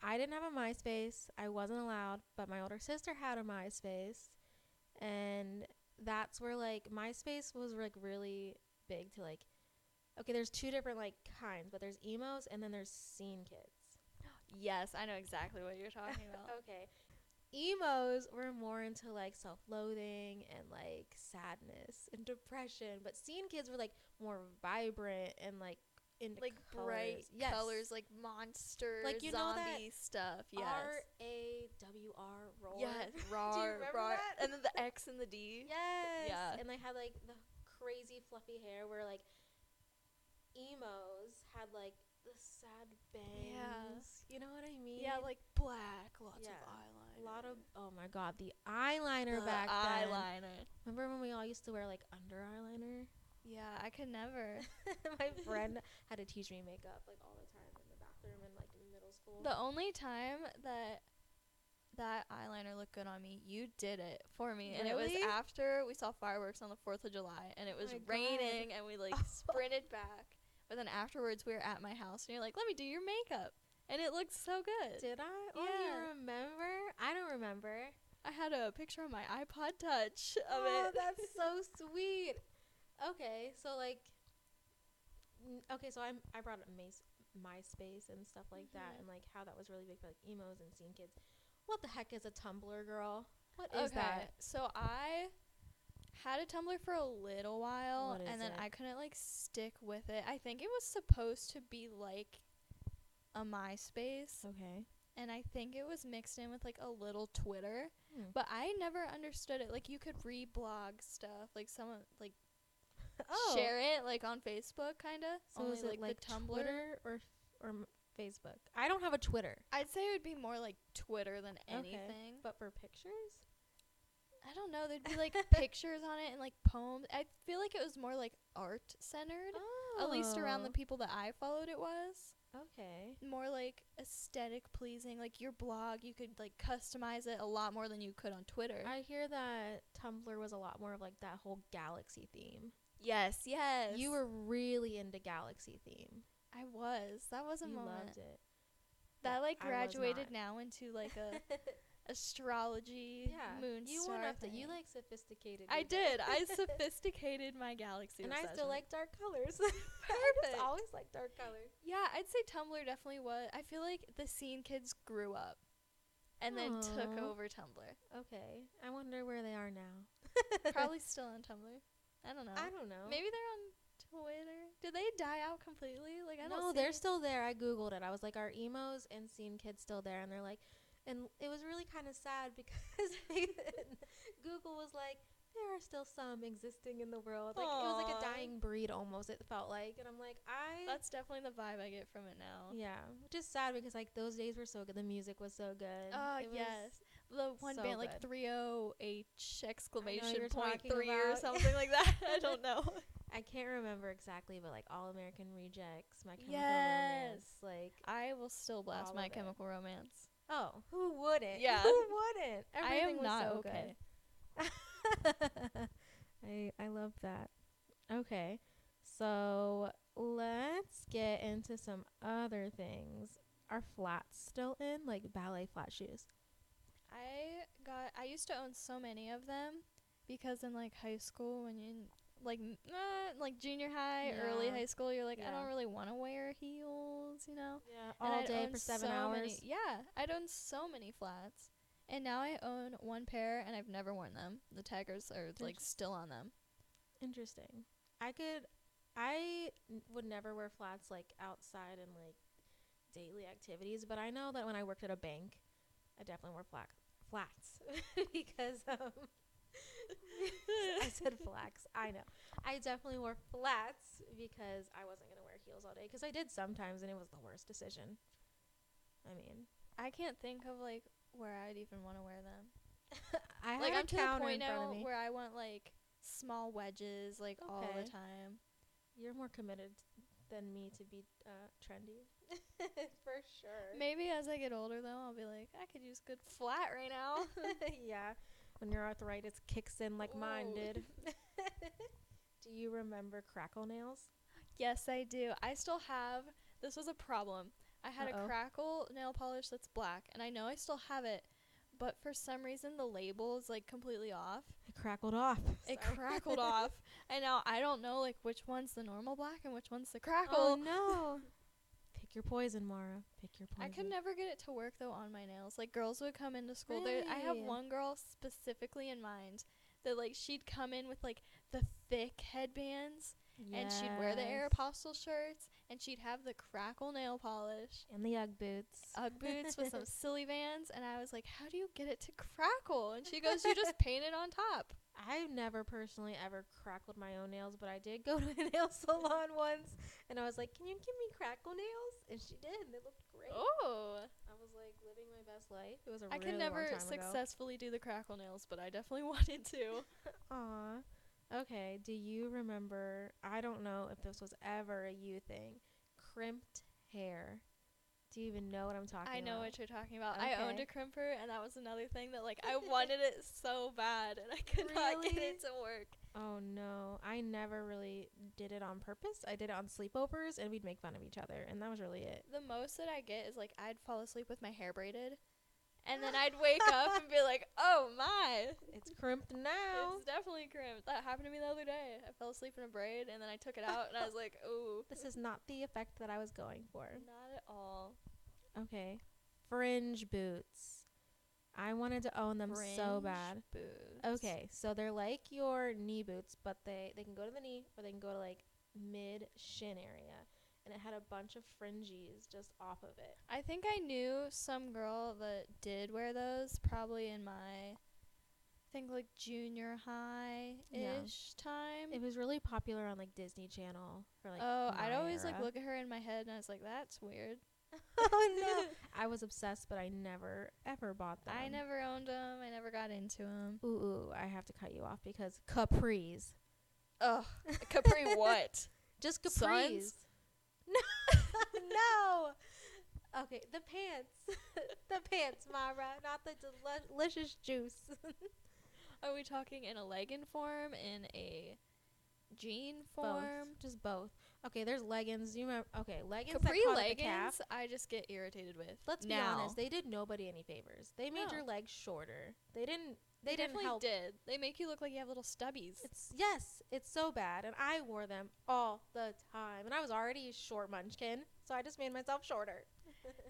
[SPEAKER 1] I didn't have a MySpace. I wasn't allowed, but my older sister had a MySpace, and that's where like MySpace was like really big to like. Okay, there's two different like kinds, but there's emos and then there's scene kids.
[SPEAKER 3] Yes, I know exactly what you're talking about.
[SPEAKER 1] Okay. Emos were more into like self loathing and like sadness and depression, but scene kids were like more vibrant and like into
[SPEAKER 3] like
[SPEAKER 1] colors.
[SPEAKER 3] bright
[SPEAKER 1] Yes.
[SPEAKER 3] colors, like monster,
[SPEAKER 1] Like, you know that
[SPEAKER 3] zombie stuff. Yes.
[SPEAKER 1] R A W R roll.
[SPEAKER 3] Yes.
[SPEAKER 1] Do you
[SPEAKER 3] Rar,
[SPEAKER 1] remember
[SPEAKER 3] rar.
[SPEAKER 1] that?
[SPEAKER 3] And then the X and the D.
[SPEAKER 1] Yes.
[SPEAKER 3] Yeah.
[SPEAKER 1] And they had like the crazy fluffy hair where like emos had like the sad bangs.
[SPEAKER 3] Yeah.
[SPEAKER 1] You know what I mean?
[SPEAKER 3] Yeah, like black, lots
[SPEAKER 1] Yeah.
[SPEAKER 3] of
[SPEAKER 1] a
[SPEAKER 3] eyeliner.
[SPEAKER 1] lot of oh my god, the eyeliner
[SPEAKER 3] The
[SPEAKER 1] back then.
[SPEAKER 3] eyeliner.
[SPEAKER 1] Remember when we all used to wear like under eyeliner?
[SPEAKER 3] Yeah, I could never.
[SPEAKER 1] my friend had to teach me makeup like all the time in the bathroom in like middle school.
[SPEAKER 3] the only time that that eyeliner looked good on me, you did it for me, and it was
[SPEAKER 1] Really?
[SPEAKER 3] after we saw fireworks on the Fourth of July, and it was
[SPEAKER 1] my God.
[SPEAKER 3] raining, and we like sprinted back. But then afterwards, we were at my house, and you're like, "Let me do your makeup," and it looked so good.
[SPEAKER 1] Did I? Oh, you
[SPEAKER 3] Yeah.
[SPEAKER 1] remember? I don't remember.
[SPEAKER 3] I had a picture on my iPod Touch of
[SPEAKER 1] oh,
[SPEAKER 3] it.
[SPEAKER 1] that's so sweet. Okay, so like, n- okay, so I'm I brought up Mace, MySpace and stuff like that,
[SPEAKER 3] Mhm.
[SPEAKER 1] and like how that was really big for like emos and teen kids. What the heck is a Tumblr girl? What is that?
[SPEAKER 3] So I had a Tumblr for a little while
[SPEAKER 1] What is
[SPEAKER 3] and then
[SPEAKER 1] it?
[SPEAKER 3] I couldn't like stick with it. I think it was supposed to be like a MySpace
[SPEAKER 1] Okay.
[SPEAKER 3] and I think it was mixed in with like a little Twitter,
[SPEAKER 1] Hmm.
[SPEAKER 3] but I never understood it. Like you could reblog stuff, like someone like share it like on Facebook kind of.
[SPEAKER 1] So
[SPEAKER 3] Only
[SPEAKER 1] Oh. is
[SPEAKER 3] like,
[SPEAKER 1] it like
[SPEAKER 3] the Tumblr.
[SPEAKER 1] Twitter or f- or m- Facebook? I don't have a Twitter,
[SPEAKER 3] I'd say it would be more like Twitter than anything.
[SPEAKER 1] but for pictures,
[SPEAKER 3] I don't know. There'd be like pictures on it and like poems. I feel like it was more like art centered. At least around the
[SPEAKER 1] Oh.
[SPEAKER 3] people that I followed, it was
[SPEAKER 1] okay.
[SPEAKER 3] more like aesthetic pleasing. Like your blog, you could like customize it a lot more than you could on Twitter.
[SPEAKER 1] I hear that Tumblr was a lot more of like that whole galaxy theme.
[SPEAKER 3] yes, yes.
[SPEAKER 1] You were really into galaxy theme.
[SPEAKER 3] I was. That was a
[SPEAKER 1] you
[SPEAKER 3] moment.
[SPEAKER 1] loved it.
[SPEAKER 3] That like
[SPEAKER 1] I was
[SPEAKER 3] graduated
[SPEAKER 1] not.
[SPEAKER 3] now into like a astrology moon
[SPEAKER 1] you
[SPEAKER 3] star
[SPEAKER 1] went up to
[SPEAKER 3] thing.
[SPEAKER 1] you like sophisticated.
[SPEAKER 3] I
[SPEAKER 1] your day.
[SPEAKER 3] did. I sophisticated my galaxy.
[SPEAKER 1] and I still
[SPEAKER 3] obsession.
[SPEAKER 1] like dark colors.
[SPEAKER 3] Perfect.
[SPEAKER 1] I always like dark colors.
[SPEAKER 3] Yeah, I'd say Tumblr definitely was. I feel like the scene kids grew up and then took
[SPEAKER 1] Aw.
[SPEAKER 3] over Tumblr.
[SPEAKER 1] Okay, I wonder where they are now.
[SPEAKER 3] Probably still on Tumblr. I don't know.
[SPEAKER 1] I don't know.
[SPEAKER 3] Maybe they're on Twitter. Did they die out completely? Like I don't
[SPEAKER 1] no,
[SPEAKER 3] see
[SPEAKER 1] they're still there. I googled it. I was like, are emos and scene kids still there? And they're like, and it was really kind of sad because they, Google was like, there are still some existing in the world. Like it was like
[SPEAKER 3] Aw.
[SPEAKER 1] a dying breed almost. It felt like, and I'm like, I.
[SPEAKER 3] That's definitely the vibe I get from it now.
[SPEAKER 1] yeah, which is sad because like those days were so good. The music was so good.
[SPEAKER 3] Oh
[SPEAKER 1] It was-
[SPEAKER 3] yes, the one
[SPEAKER 1] so
[SPEAKER 3] band like
[SPEAKER 1] good.
[SPEAKER 3] three O H exclamation
[SPEAKER 1] you're
[SPEAKER 3] point
[SPEAKER 1] talking
[SPEAKER 3] three or
[SPEAKER 1] about.
[SPEAKER 3] something like that. I don't know.
[SPEAKER 1] I can't remember exactly, but like All American Rejects, My Chemical
[SPEAKER 3] Yes.
[SPEAKER 1] Romance, like
[SPEAKER 3] I will still blast
[SPEAKER 1] All
[SPEAKER 3] My
[SPEAKER 1] of it.
[SPEAKER 3] Chemical Romance.
[SPEAKER 1] oh, who wouldn't?
[SPEAKER 3] Yeah.
[SPEAKER 1] who wouldn't? Everything
[SPEAKER 3] I am
[SPEAKER 1] was
[SPEAKER 3] not
[SPEAKER 1] so
[SPEAKER 3] okay.
[SPEAKER 1] good. I I love that. Okay, so let's get into some other things. Are flats still in like ballet flat shoes?
[SPEAKER 3] I got. I used to own so many of them because in like high school, when you like n- uh, like junior high, early
[SPEAKER 1] Yeah.
[SPEAKER 3] high school, you're like, I
[SPEAKER 1] Yeah.
[SPEAKER 3] don't really want to wear heels, you know.
[SPEAKER 1] Yeah,
[SPEAKER 3] And
[SPEAKER 1] all
[SPEAKER 3] I'd
[SPEAKER 1] day
[SPEAKER 3] own
[SPEAKER 1] for seven
[SPEAKER 3] so
[SPEAKER 1] hours.
[SPEAKER 3] many- yeah, I'd own so many flats, and now I own one pair, and I've never worn them. The taggers are like
[SPEAKER 1] Interest-
[SPEAKER 3] still on them.
[SPEAKER 1] Interesting. I could, I n- would never wear flats like outside and like daily activities, but I know that when I worked at a bank, I definitely wore flax, flats because um, I said flax. I know. I definitely wore flats because I wasn't gonna wear heels all day because I did sometimes and it was the worst decision. I mean,
[SPEAKER 3] I can't think of like where I'd even want to wear them.
[SPEAKER 1] I
[SPEAKER 3] like
[SPEAKER 1] had
[SPEAKER 3] I'm
[SPEAKER 1] a
[SPEAKER 3] to the
[SPEAKER 1] counter in
[SPEAKER 3] point
[SPEAKER 1] front
[SPEAKER 3] now
[SPEAKER 1] of me.
[SPEAKER 3] where I want like small wedges like all the
[SPEAKER 1] Okay.
[SPEAKER 3] time.
[SPEAKER 1] You're more committed than me to be uh, trendy, for sure.
[SPEAKER 3] Maybe as I get older though, I'll be like, I could use good flat right now.
[SPEAKER 1] yeah, when your arthritis kicks in like mine
[SPEAKER 3] Ooh.
[SPEAKER 1] did. Do you remember crackle nails?
[SPEAKER 3] yes, I do. I still have. This was a problem. I had a
[SPEAKER 1] Uh-oh.
[SPEAKER 3] crackle nail polish that's black, and I know I still have it, but for some reason the label is like completely off.
[SPEAKER 1] It crackled off.
[SPEAKER 3] It crackled off, and now I don't know like which one's the normal black and which one's the crackle.
[SPEAKER 1] Oh no! Pick your poison, Mara. Pick your
[SPEAKER 3] I
[SPEAKER 1] poison.
[SPEAKER 3] could never get it to work though on my nails. Like girls would come into school. There, I have
[SPEAKER 1] Really?
[SPEAKER 3] one girl specifically in mind that like she'd come in with like the thick headbands, and she'd wear the Air
[SPEAKER 1] Yes.
[SPEAKER 3] Apostle shirts, and she'd have the crackle nail polish,
[SPEAKER 1] and the UGG boots.
[SPEAKER 3] UGG boots with some silly bands, and I was like, "How do you get it to crackle?" And she goes, "You just paint it on top."
[SPEAKER 1] I've never personally ever crackled my own nails, but I did go to a nail salon once, and I was like, "Can you give me crackle nails?" And she did, and they looked great.
[SPEAKER 3] Oh,
[SPEAKER 1] I was like living my best life. It was a
[SPEAKER 3] I
[SPEAKER 1] really long
[SPEAKER 3] can never
[SPEAKER 1] time ago.
[SPEAKER 3] successfully do the crackle nails, but I definitely wanted to.
[SPEAKER 1] Aw. Okay. Do you remember? I don't know if this was ever a you thing. Crimped hair. Do you even know what I'm talking about?
[SPEAKER 3] I know what you're talking about. I owned
[SPEAKER 1] Okay.
[SPEAKER 3] a crimper, and that was another thing that like I wanted it so bad, and I could not get
[SPEAKER 1] Really?
[SPEAKER 3] it to work.
[SPEAKER 1] Oh no, I never really did it on purpose. I did it on sleepovers and we'd make fun of each other, and that was really it.
[SPEAKER 3] The most that I get is like I'd fall asleep with my hair braided, and then I'd wake up and be like, "Oh my,
[SPEAKER 1] It's crimped now.
[SPEAKER 3] it's definitely crimped." That happened to me the other day. I fell asleep in a braid, and then I took it out, and I was like, "Ooh,
[SPEAKER 1] This is not the effect that I was going for.
[SPEAKER 3] not at all."
[SPEAKER 1] Okay. Fringe boots. I wanted to own them so
[SPEAKER 3] Fringe
[SPEAKER 1] bad.
[SPEAKER 3] Boots.
[SPEAKER 1] Okay, so they're like your knee boots, but they they can go to the knee or they can go to like mid shin area. And it had a bunch of fringes just off of it.
[SPEAKER 3] I think I knew some girl that did wear those probably in my I think like junior high ish
[SPEAKER 1] Yeah.
[SPEAKER 3] time.
[SPEAKER 1] It was really popular on like Disney Channel for like
[SPEAKER 3] oh, I'd
[SPEAKER 1] my
[SPEAKER 3] always like
[SPEAKER 1] era.
[SPEAKER 3] look at her in my head and I was like, That's weird.
[SPEAKER 1] oh no! I was obsessed, but I never ever bought them.
[SPEAKER 3] I never owned them. I never got into them.
[SPEAKER 1] Ooh, ooh, I have to cut you off because capris,
[SPEAKER 2] Ugh. Capri what?
[SPEAKER 1] just capris.
[SPEAKER 2] Suns?
[SPEAKER 1] no. Okay, the pants, the pants, Mara, not the deli- delicious juice.
[SPEAKER 3] Are we talking in a legging form, in a jean form?
[SPEAKER 1] Both, just both. Okay, there's leggings. You remember? Okay, leggings.
[SPEAKER 3] Capri
[SPEAKER 1] that caught at the calf.
[SPEAKER 3] leggings, I just get irritated with.
[SPEAKER 1] Let's
[SPEAKER 3] now.
[SPEAKER 1] be honest, they did nobody any favors. They made
[SPEAKER 3] No.
[SPEAKER 1] your legs shorter. They didn't. They,
[SPEAKER 3] They
[SPEAKER 1] didn't
[SPEAKER 3] definitely
[SPEAKER 1] help.
[SPEAKER 3] did. They make you look like you have little stubbies.
[SPEAKER 1] It's yes, it's so bad, and I wore them all the time, and I was already a short munchkin, so I just made myself shorter.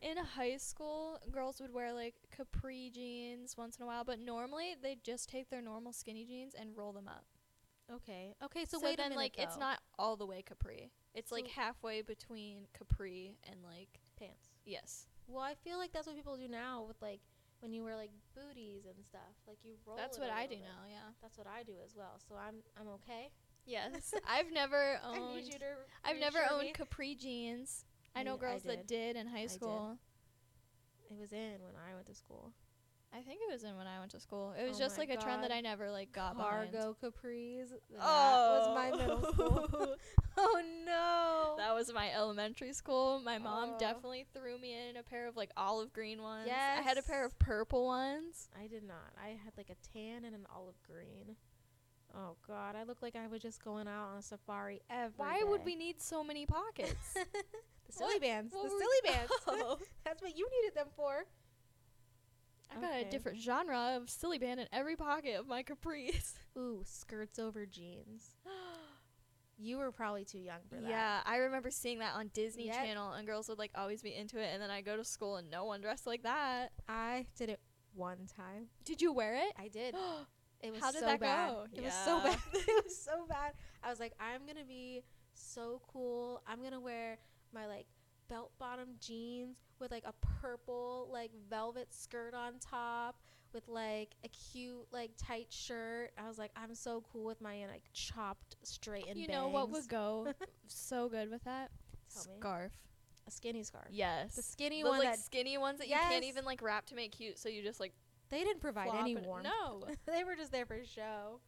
[SPEAKER 3] In high school, girls would wear like capri jeans once in a while, but normally they just take their normal skinny jeans and roll them up.
[SPEAKER 1] Okay, okay, so, wait
[SPEAKER 3] then
[SPEAKER 1] a minute.
[SPEAKER 3] like it's
[SPEAKER 1] though.
[SPEAKER 3] not all the way capri. It's like
[SPEAKER 1] So-
[SPEAKER 3] halfway between capri and like
[SPEAKER 1] pants.
[SPEAKER 3] yes.
[SPEAKER 1] Well, I feel like that's what people do now with like when you wear like booties and stuff. Like you roll.
[SPEAKER 3] That's
[SPEAKER 1] it
[SPEAKER 3] what
[SPEAKER 1] a
[SPEAKER 3] I do
[SPEAKER 1] little bit.
[SPEAKER 3] now, yeah.
[SPEAKER 1] That's what I do as well. So I'm I'm okay.
[SPEAKER 3] Yes. I've never owned
[SPEAKER 1] I need you to.
[SPEAKER 3] I've never
[SPEAKER 1] reassure
[SPEAKER 3] owned
[SPEAKER 1] me.
[SPEAKER 3] capri jeans. I
[SPEAKER 1] Me-
[SPEAKER 3] know
[SPEAKER 1] I
[SPEAKER 3] girls that did in high
[SPEAKER 1] did.
[SPEAKER 3] school.
[SPEAKER 1] it was in when I went to school.
[SPEAKER 3] I, think it was in when I went to school. It was
[SPEAKER 1] Oh
[SPEAKER 3] just
[SPEAKER 1] my
[SPEAKER 3] like a trend that
[SPEAKER 1] God.
[SPEAKER 3] I never like got behind. Oh.
[SPEAKER 1] Cargo capris. That was my middle school. oh no.
[SPEAKER 3] That was my elementary school. My mom
[SPEAKER 1] Oh.
[SPEAKER 3] definitely threw me in a pair of like olive green ones. I had a pair of purple ones.
[SPEAKER 1] I did not. I had like a tan and an olive green. Oh god, I looked like I was just going out on a safari every
[SPEAKER 3] Why would
[SPEAKER 1] day.
[SPEAKER 3] we need so many pockets?
[SPEAKER 1] the silly
[SPEAKER 3] What-
[SPEAKER 1] bands.
[SPEAKER 3] what
[SPEAKER 1] the
[SPEAKER 3] were we-
[SPEAKER 1] silly bands.
[SPEAKER 3] Oh.
[SPEAKER 1] That's what you needed them for.
[SPEAKER 3] I got
[SPEAKER 1] Okay.
[SPEAKER 3] a different genre of silly band in every pocket of my capris.
[SPEAKER 1] Ooh, skirts over jeans. You were probably too young for that.
[SPEAKER 3] yeah, I remember seeing that on Disney
[SPEAKER 1] Yep.
[SPEAKER 3] Channel, and girls would like always be into it. And then I go to school, and no one dressed like that.
[SPEAKER 1] I did it one time.
[SPEAKER 3] Did you wear it?
[SPEAKER 1] I did. It was
[SPEAKER 3] How did
[SPEAKER 1] so
[SPEAKER 3] that
[SPEAKER 1] bad.
[SPEAKER 3] go?
[SPEAKER 1] It was so
[SPEAKER 3] Yeah.
[SPEAKER 1] bad. it was so bad. I was like, I'm gonna be so cool. I'm gonna wear my like belt bottom jeans with like a purple like velvet skirt on top with like a cute like tight shirt. I was like, I'm so cool with my like chopped straight and
[SPEAKER 3] you know what
[SPEAKER 1] bangs.
[SPEAKER 3] would go so good with that?
[SPEAKER 1] Tell me.
[SPEAKER 3] Scarf.
[SPEAKER 1] a skinny scarf.
[SPEAKER 3] Yes.
[SPEAKER 1] The skinny
[SPEAKER 3] the
[SPEAKER 1] one
[SPEAKER 3] like
[SPEAKER 1] that
[SPEAKER 3] skinny ones that you can't
[SPEAKER 1] Yes.
[SPEAKER 3] even like wrap to make cute, so you just like
[SPEAKER 1] they didn't provide
[SPEAKER 3] flop
[SPEAKER 1] any
[SPEAKER 3] it-
[SPEAKER 1] warmth.
[SPEAKER 3] No,
[SPEAKER 1] they were just there for show.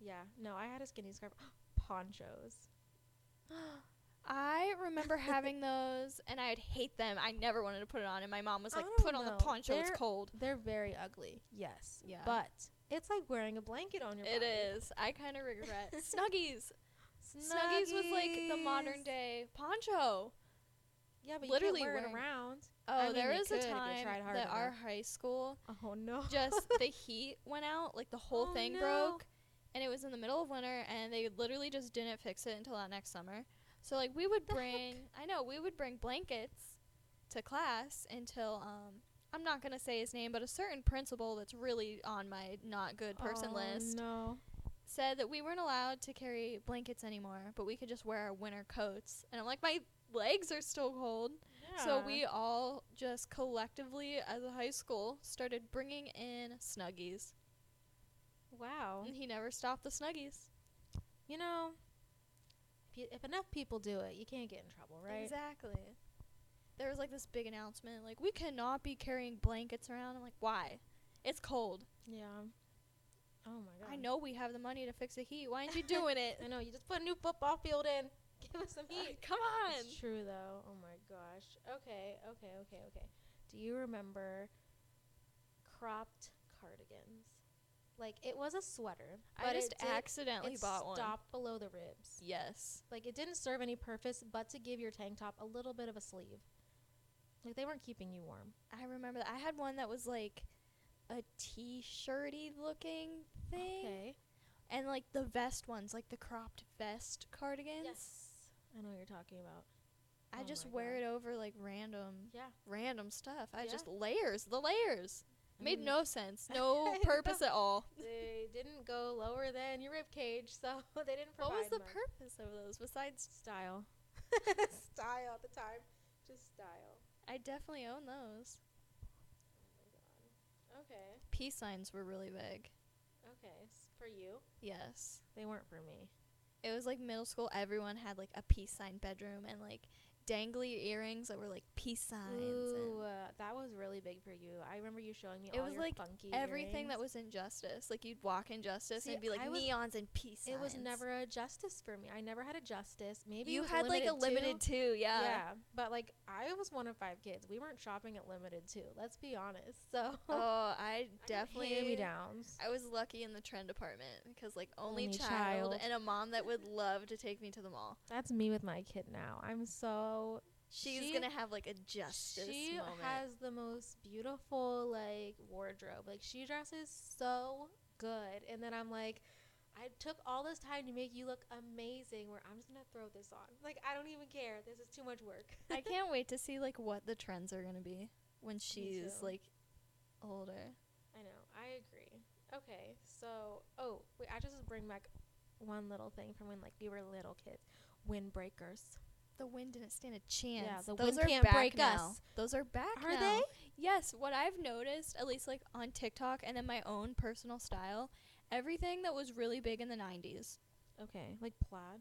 [SPEAKER 1] Yeah, no, I had a skinny scarf. Ponchos.
[SPEAKER 3] I remember having those, and I'd hate them. I never wanted to put it on, and my mom was
[SPEAKER 1] I
[SPEAKER 3] like,
[SPEAKER 1] don't
[SPEAKER 3] "Put on the
[SPEAKER 1] know.
[SPEAKER 3] poncho;
[SPEAKER 1] They're-
[SPEAKER 3] it's cold."
[SPEAKER 1] They're very ugly. Yes.
[SPEAKER 3] Yeah.
[SPEAKER 1] But it's like wearing a blanket on your
[SPEAKER 3] It
[SPEAKER 1] body.
[SPEAKER 3] is. I kind of regret Snuggies. Snuggies was like the modern
[SPEAKER 1] Snuggies.
[SPEAKER 3] day poncho.
[SPEAKER 1] Yeah, but
[SPEAKER 3] Literally
[SPEAKER 1] you can't wear it
[SPEAKER 3] wearing-
[SPEAKER 1] around.
[SPEAKER 3] Oh,
[SPEAKER 1] I mean,
[SPEAKER 3] there
[SPEAKER 1] you
[SPEAKER 3] was
[SPEAKER 1] could
[SPEAKER 3] a
[SPEAKER 1] if you
[SPEAKER 3] time
[SPEAKER 1] tried hard
[SPEAKER 3] that our
[SPEAKER 1] enough.
[SPEAKER 3] high school
[SPEAKER 1] Oh no.
[SPEAKER 3] just the heat went out, like the whole
[SPEAKER 1] Oh,
[SPEAKER 3] thing
[SPEAKER 1] no.
[SPEAKER 3] broke, and it was in the middle of winter, and they literally just didn't fix it until that next summer. So like we would
[SPEAKER 1] The heck?
[SPEAKER 3] bring, I know we would bring blankets to class until um I'm not gonna say his name, but a certain principal that's really on my not good person
[SPEAKER 1] oh,
[SPEAKER 3] list
[SPEAKER 1] No.
[SPEAKER 3] said that we weren't allowed to carry blankets anymore, but we could just wear our winter coats. And I'm like, my legs are still cold. So we all just collectively, as a high school, started bringing in snuggies.
[SPEAKER 1] Wow.
[SPEAKER 3] And he never stopped the snuggies.
[SPEAKER 1] You know, if, you, if enough people do it, you can't get in trouble, right?
[SPEAKER 3] Exactly. There was like this big announcement, like we cannot be carrying blankets around. I'm like, why? It's cold.
[SPEAKER 1] Yeah. Oh my god.
[SPEAKER 3] I know we have the money to fix the heat. Why aren't you doing it?
[SPEAKER 1] I know. You just put a new football field in. Give us some heat.
[SPEAKER 3] Come on.
[SPEAKER 1] It's true though. Oh my gosh. Okay, okay, okay, okay. Do you remember cropped cardigans? Like it was a sweater, but
[SPEAKER 3] I just
[SPEAKER 1] it did,
[SPEAKER 3] accidentally
[SPEAKER 1] it
[SPEAKER 3] bought one.
[SPEAKER 1] stopped below the ribs.
[SPEAKER 3] Yes.
[SPEAKER 1] Like it didn't serve any purpose but to give your tank top a little bit of a sleeve. Like they weren't keeping you warm.
[SPEAKER 3] I remember that. I had one that was like a t-shirty looking thing.
[SPEAKER 1] Okay.
[SPEAKER 3] And like the vest ones, like the cropped vest cardigans.
[SPEAKER 1] Yes. I know what you're talking about.
[SPEAKER 3] I
[SPEAKER 1] Oh
[SPEAKER 3] just
[SPEAKER 1] my
[SPEAKER 3] wear
[SPEAKER 1] God.
[SPEAKER 3] it over like random
[SPEAKER 1] Yeah.
[SPEAKER 3] random stuff. I
[SPEAKER 1] Yeah.
[SPEAKER 3] just layers, the layers.
[SPEAKER 1] I
[SPEAKER 3] Made
[SPEAKER 1] mean,
[SPEAKER 3] no sense.
[SPEAKER 1] I
[SPEAKER 3] No
[SPEAKER 1] know.
[SPEAKER 3] purpose at all.
[SPEAKER 1] They didn't go lower than your rib cage, so they didn't provide
[SPEAKER 3] What was the
[SPEAKER 1] much.
[SPEAKER 3] purpose of those besides
[SPEAKER 1] style. style at the time. Just style.
[SPEAKER 3] I definitely own those.
[SPEAKER 1] Okay.
[SPEAKER 3] Peace signs were really big.
[SPEAKER 1] Okay. S- For you.
[SPEAKER 3] Yes.
[SPEAKER 1] They weren't for me.
[SPEAKER 3] It was like middle school everyone had like a peace sign bedroom and like dangly earrings that were like peace signs
[SPEAKER 1] Ooh,
[SPEAKER 3] and
[SPEAKER 1] uh, that was really big for you. I remember you showing me
[SPEAKER 3] It
[SPEAKER 1] all
[SPEAKER 3] was
[SPEAKER 1] your
[SPEAKER 3] like
[SPEAKER 1] funky
[SPEAKER 3] everything that
[SPEAKER 1] earrings.
[SPEAKER 3] was injustice. Like you'd walk injustice
[SPEAKER 1] See,
[SPEAKER 3] and it'd be like
[SPEAKER 1] I was-
[SPEAKER 3] neons and peace signs.
[SPEAKER 1] It was never a justice for me. I never had a justice. Maybe it
[SPEAKER 3] You
[SPEAKER 1] was
[SPEAKER 3] had like a
[SPEAKER 1] Limited Two.
[SPEAKER 3] limited two, yeah.
[SPEAKER 1] but like I was one of five kids. We weren't shopping at limited too. Let's be honest. So
[SPEAKER 3] Oh, I definitely
[SPEAKER 1] hand me downs.
[SPEAKER 3] I was lucky in the trend department because like only,
[SPEAKER 1] Only
[SPEAKER 3] child,
[SPEAKER 1] child.
[SPEAKER 3] and a mom that would love to take me to the mall.
[SPEAKER 1] That's me with my kid now. I'm so
[SPEAKER 3] She's
[SPEAKER 1] She-
[SPEAKER 3] gonna have like a justice
[SPEAKER 1] she
[SPEAKER 3] moment.
[SPEAKER 1] has the most beautiful like wardrobe. Like she dresses so good, and then I'm like, I took all this time to make you look amazing. Where I'm just gonna throw this on. Like I don't even care. This is too much work.
[SPEAKER 3] I can't wait to see like what the trends are gonna be when she's
[SPEAKER 1] too.
[SPEAKER 3] like older.
[SPEAKER 1] I know. I agree. Okay, so oh wait, I just bring back one little thing from when like we were little kids. Windbreakers.
[SPEAKER 3] The wind didn't stand a chance.
[SPEAKER 1] the
[SPEAKER 3] Those
[SPEAKER 1] wind
[SPEAKER 3] are
[SPEAKER 1] can't
[SPEAKER 3] back
[SPEAKER 1] break
[SPEAKER 3] now.
[SPEAKER 1] us.
[SPEAKER 3] Those are back
[SPEAKER 1] Are
[SPEAKER 3] now.
[SPEAKER 1] they?
[SPEAKER 3] Yes. What I've noticed, at least like on TikTok and in my own personal style, everything that was really big in the '90s,
[SPEAKER 1] Okay, like plaid.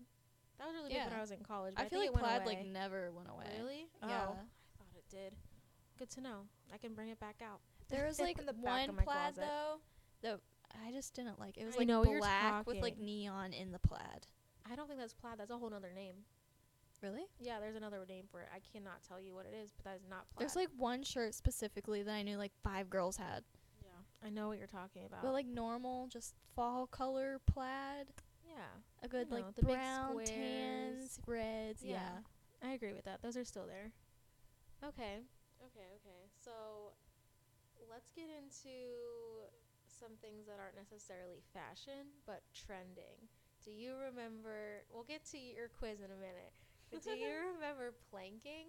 [SPEAKER 1] That was really big
[SPEAKER 3] Yeah.
[SPEAKER 1] when I was in college. But
[SPEAKER 3] I,
[SPEAKER 1] I,
[SPEAKER 3] feel like
[SPEAKER 1] think it went
[SPEAKER 3] plaid
[SPEAKER 1] away.
[SPEAKER 3] like never went away.
[SPEAKER 1] Really?
[SPEAKER 3] Yeah.
[SPEAKER 1] Oh, I thought it did. Good to know. I can bring it back out.
[SPEAKER 3] There was
[SPEAKER 1] In
[SPEAKER 3] like
[SPEAKER 1] the back
[SPEAKER 3] one
[SPEAKER 1] of my
[SPEAKER 3] plaid
[SPEAKER 1] closet.
[SPEAKER 3] though that I just didn't like. It was
[SPEAKER 1] I
[SPEAKER 3] like
[SPEAKER 1] know what you're
[SPEAKER 3] black with like
[SPEAKER 1] talking.
[SPEAKER 3] neon in the plaid.
[SPEAKER 1] I don't think that's plaid. That's a whole nother name.
[SPEAKER 3] Really?
[SPEAKER 1] Yeah, there's another name for it. I cannot tell you what it is, but that is not plaid.
[SPEAKER 3] There's like one shirt specifically that I knew like five girls had.
[SPEAKER 1] yeah, I know what you're talking about.
[SPEAKER 3] But like normal, just fall color plaid,
[SPEAKER 1] yeah,
[SPEAKER 3] a good
[SPEAKER 1] know,
[SPEAKER 3] like
[SPEAKER 1] the big
[SPEAKER 3] brown, tans,
[SPEAKER 1] squares.
[SPEAKER 3] reds. Yeah.
[SPEAKER 1] Yeah. I agree with that. Those are still there. Okay. Okay. Okay. So, let's get into some things that aren't necessarily fashion, but trending. Do you remember? We'll get to your quiz in a minute. But do you remember planking?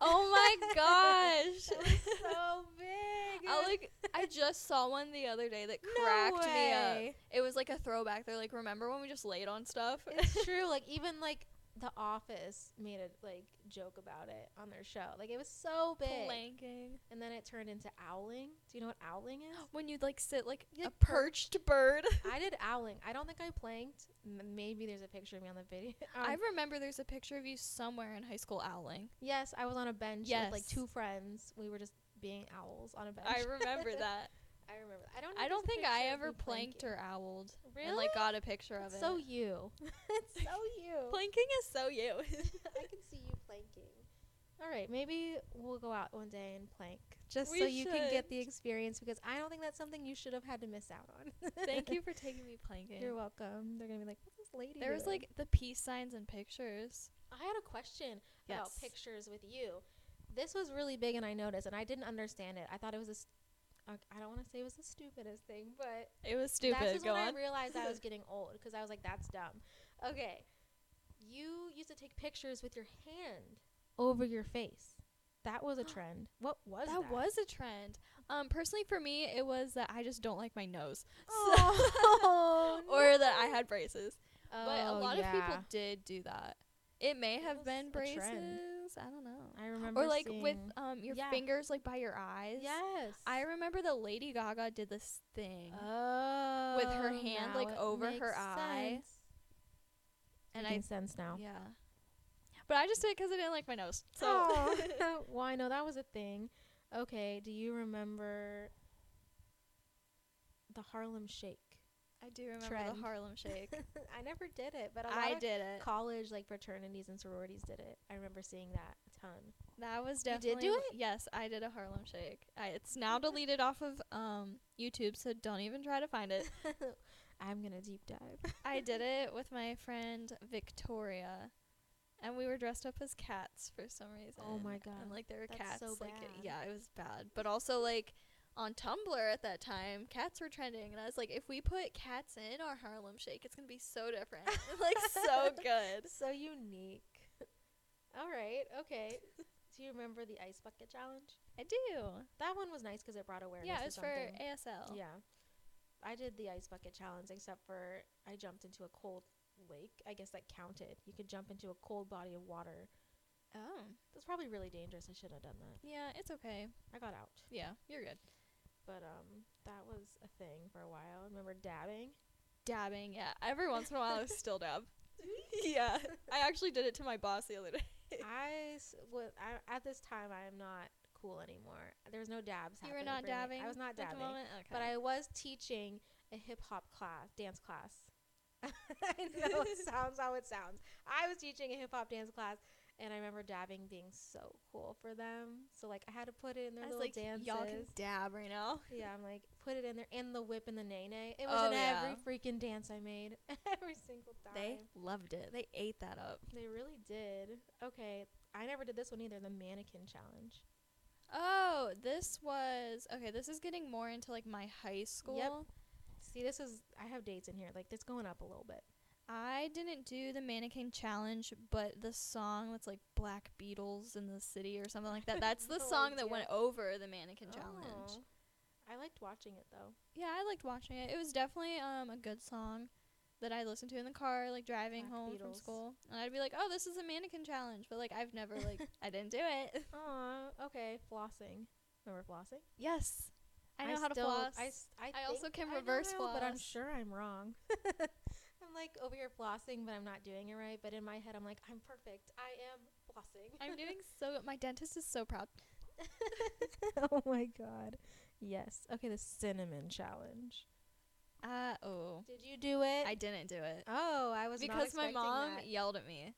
[SPEAKER 3] Oh my gosh!
[SPEAKER 1] That was so big.
[SPEAKER 3] I like I just saw one the other day that cracked me up. It was like a throwback. They're like, remember when we just laid on stuff?
[SPEAKER 1] It's true. Like even like The Office made a like joke about it on their show. Like it was so big,
[SPEAKER 3] Planking.
[SPEAKER 1] and then it turned into owling. Do you know what owling is?
[SPEAKER 3] when you'd like sit like
[SPEAKER 1] Yeah,
[SPEAKER 3] a perched bird.
[SPEAKER 1] I did owling. I don't think I planked. M- maybe there's a picture of me on the video. Um,
[SPEAKER 3] I remember there's a picture of you somewhere in high school owling.
[SPEAKER 1] yes, I was on a bench with
[SPEAKER 3] Yes.
[SPEAKER 1] like two friends. We were just being owls on a bench.
[SPEAKER 3] I remember that.
[SPEAKER 1] I remember. that. I don't.
[SPEAKER 3] I
[SPEAKER 1] there's
[SPEAKER 3] don't
[SPEAKER 1] a
[SPEAKER 3] think I
[SPEAKER 1] picture of
[SPEAKER 3] ever
[SPEAKER 1] me
[SPEAKER 3] planked or owled
[SPEAKER 1] Really?
[SPEAKER 3] and like got a picture of
[SPEAKER 1] It's
[SPEAKER 3] it.
[SPEAKER 1] so you. it's so you.
[SPEAKER 3] planking is so you.
[SPEAKER 1] I can see you planking. All right, maybe we'll go out one day and plank just
[SPEAKER 3] We
[SPEAKER 1] so you can get
[SPEAKER 3] should.
[SPEAKER 1] the experience because I don't think that's something you should have had to miss out on.
[SPEAKER 3] Thank you for taking me planking.
[SPEAKER 1] You're welcome. They're gonna be like, "What's this lady?"
[SPEAKER 3] there was
[SPEAKER 1] doing?"
[SPEAKER 3] like the peace signs and pictures.
[SPEAKER 1] I had a question about
[SPEAKER 3] Yes.
[SPEAKER 1] pictures with you. This was really big, and I noticed, and I didn't understand it. I thought it was this. I don't want to say it was the stupidest thing, but
[SPEAKER 3] It was
[SPEAKER 1] That's
[SPEAKER 3] stupid.
[SPEAKER 1] just
[SPEAKER 3] Go
[SPEAKER 1] when
[SPEAKER 3] on.
[SPEAKER 1] I realized I was getting old because I was like, that's dumb. Okay. You used to take pictures with your hand over your face. That was a trend. What was that?
[SPEAKER 3] that, was a trend. Um, personally for me, it was that I just don't like my nose,
[SPEAKER 1] Oh,
[SPEAKER 3] or that I had braces.
[SPEAKER 1] Oh,
[SPEAKER 3] but a lot of people
[SPEAKER 1] yeah.
[SPEAKER 3] did do that. It may
[SPEAKER 1] It
[SPEAKER 3] have
[SPEAKER 1] was
[SPEAKER 3] been
[SPEAKER 1] a
[SPEAKER 3] braces.
[SPEAKER 1] trend.
[SPEAKER 3] I don't know.
[SPEAKER 1] I remember
[SPEAKER 3] or like with
[SPEAKER 1] seeing-
[SPEAKER 3] um your
[SPEAKER 1] Yeah.
[SPEAKER 3] fingers like by your eyes.
[SPEAKER 1] yes.
[SPEAKER 3] I remember the Lady Gaga did this thing
[SPEAKER 1] oh,
[SPEAKER 2] with her
[SPEAKER 1] Oh,
[SPEAKER 2] hand
[SPEAKER 1] now
[SPEAKER 2] like
[SPEAKER 1] it
[SPEAKER 2] over her
[SPEAKER 1] makes
[SPEAKER 2] eye.
[SPEAKER 1] sense.
[SPEAKER 3] and I
[SPEAKER 1] Makes sense now.
[SPEAKER 3] yeah. But I just did it because I didn't like my nose. So
[SPEAKER 1] So, well, I know that was a thing. Okay, do you remember the Harlem Shake?
[SPEAKER 3] I do remember
[SPEAKER 1] Trend.
[SPEAKER 3] the Harlem Shake.
[SPEAKER 1] I never did it, but a lot
[SPEAKER 3] I
[SPEAKER 1] of
[SPEAKER 3] did it.
[SPEAKER 1] college like fraternities and sororities did it. I remember seeing that a ton.
[SPEAKER 3] That was
[SPEAKER 1] You did
[SPEAKER 3] definitely.
[SPEAKER 1] do
[SPEAKER 3] it? Yes, I did a Harlem Shake. I, it's now deleted off of um, YouTube, so don't even try to find it.
[SPEAKER 1] I'm gonna deep dive.
[SPEAKER 3] I did it with my friend Victoria, and we were dressed up as cats for some reason.
[SPEAKER 1] Oh my
[SPEAKER 3] And
[SPEAKER 1] God,
[SPEAKER 3] like there were
[SPEAKER 1] that's
[SPEAKER 3] cats.
[SPEAKER 1] so
[SPEAKER 3] like it-
[SPEAKER 1] bad.
[SPEAKER 3] yeah, it was bad. But also like on Tumblr at that time, cats were trending, and I was like, if we put cats in our Harlem Shake, it's gonna be so different. like so good.
[SPEAKER 1] so unique. All right, okay. do you remember the ice bucket challenge?
[SPEAKER 3] I do.
[SPEAKER 1] That one was nice because it brought awareness.
[SPEAKER 3] yeah,
[SPEAKER 1] to
[SPEAKER 3] it was for
[SPEAKER 1] something.
[SPEAKER 3] ASL.
[SPEAKER 1] Yeah. I did the ice bucket challenge, except for I jumped into a cold lake. I guess that counted. You could jump into a cold body of water.
[SPEAKER 3] Oh.
[SPEAKER 1] That's probably really dangerous. I shouldn't have done that.
[SPEAKER 3] Yeah, it's okay.
[SPEAKER 1] I got out.
[SPEAKER 3] Yeah, you're good.
[SPEAKER 1] But um, that was a thing for a while. I remember dabbing.
[SPEAKER 3] Dabbing, yeah. Every once in a while, I still dab. yeah, I actually did it to my boss the other day.
[SPEAKER 1] I s- wa- I- at this time I am not cool anymore. There was no dabs.
[SPEAKER 3] You
[SPEAKER 1] happening
[SPEAKER 3] were not
[SPEAKER 1] for me.
[SPEAKER 3] dabbing.
[SPEAKER 1] I was not
[SPEAKER 3] at the
[SPEAKER 1] dabbing.
[SPEAKER 3] moment? Okay.
[SPEAKER 1] But I was teaching a hip hop class, dance class. I know it sounds how it sounds. I was teaching a hip hop dance class, and I remember dabbing being so cool for them. So like, I had to put it in their
[SPEAKER 3] I was
[SPEAKER 1] little
[SPEAKER 3] like,
[SPEAKER 1] dances.
[SPEAKER 3] y'all can dab right now.
[SPEAKER 1] yeah, I'm like, put it in there, and the whip and the nay nay. It was
[SPEAKER 3] Oh,
[SPEAKER 1] in
[SPEAKER 3] yeah.
[SPEAKER 1] every freaking dance I made, every single time.
[SPEAKER 3] They loved it. They ate that up.
[SPEAKER 1] they really did. Okay, I never did this one either. The mannequin challenge.
[SPEAKER 3] Oh, this was okay. This is getting more into like my high school.
[SPEAKER 1] See, this is I have dates in here. Like, it's going up a little bit.
[SPEAKER 3] I didn't do the mannequin challenge, but the song that's like Black Beatles in the City or something like that. That's the
[SPEAKER 1] No
[SPEAKER 3] song that
[SPEAKER 1] idea.
[SPEAKER 3] went over the mannequin challenge.
[SPEAKER 1] Oh. I liked watching it though.
[SPEAKER 3] Yeah, I liked watching it. It was definitely um a good song that I listened to in the car, like driving
[SPEAKER 1] Black
[SPEAKER 3] home from
[SPEAKER 1] Beatles.
[SPEAKER 3] school. And I'd be like, "Oh, this is a mannequin challenge," but like I've never like I didn't do it.
[SPEAKER 1] Aw, okay. Flossing. Remember flossing?
[SPEAKER 3] Yes, I know how to
[SPEAKER 1] still-
[SPEAKER 3] floss.
[SPEAKER 1] I, s- I,
[SPEAKER 3] I also
[SPEAKER 1] think
[SPEAKER 3] can
[SPEAKER 1] I don't
[SPEAKER 3] reverse
[SPEAKER 1] know, but I'm
[SPEAKER 3] floss.
[SPEAKER 1] sure I'm wrong. I'm like over here flossing, but I'm not doing it right. But in my head, I'm like, I'm perfect. I am flossing.
[SPEAKER 3] I'm doing so. My dentist is so proud.
[SPEAKER 1] oh my god. Yes. Okay. The cinnamon challenge.
[SPEAKER 3] Uh oh,
[SPEAKER 1] Did you do it?
[SPEAKER 3] I didn't do it
[SPEAKER 1] oh, I was not
[SPEAKER 3] because my
[SPEAKER 1] expecting
[SPEAKER 3] mom
[SPEAKER 1] that.
[SPEAKER 3] yelled at me.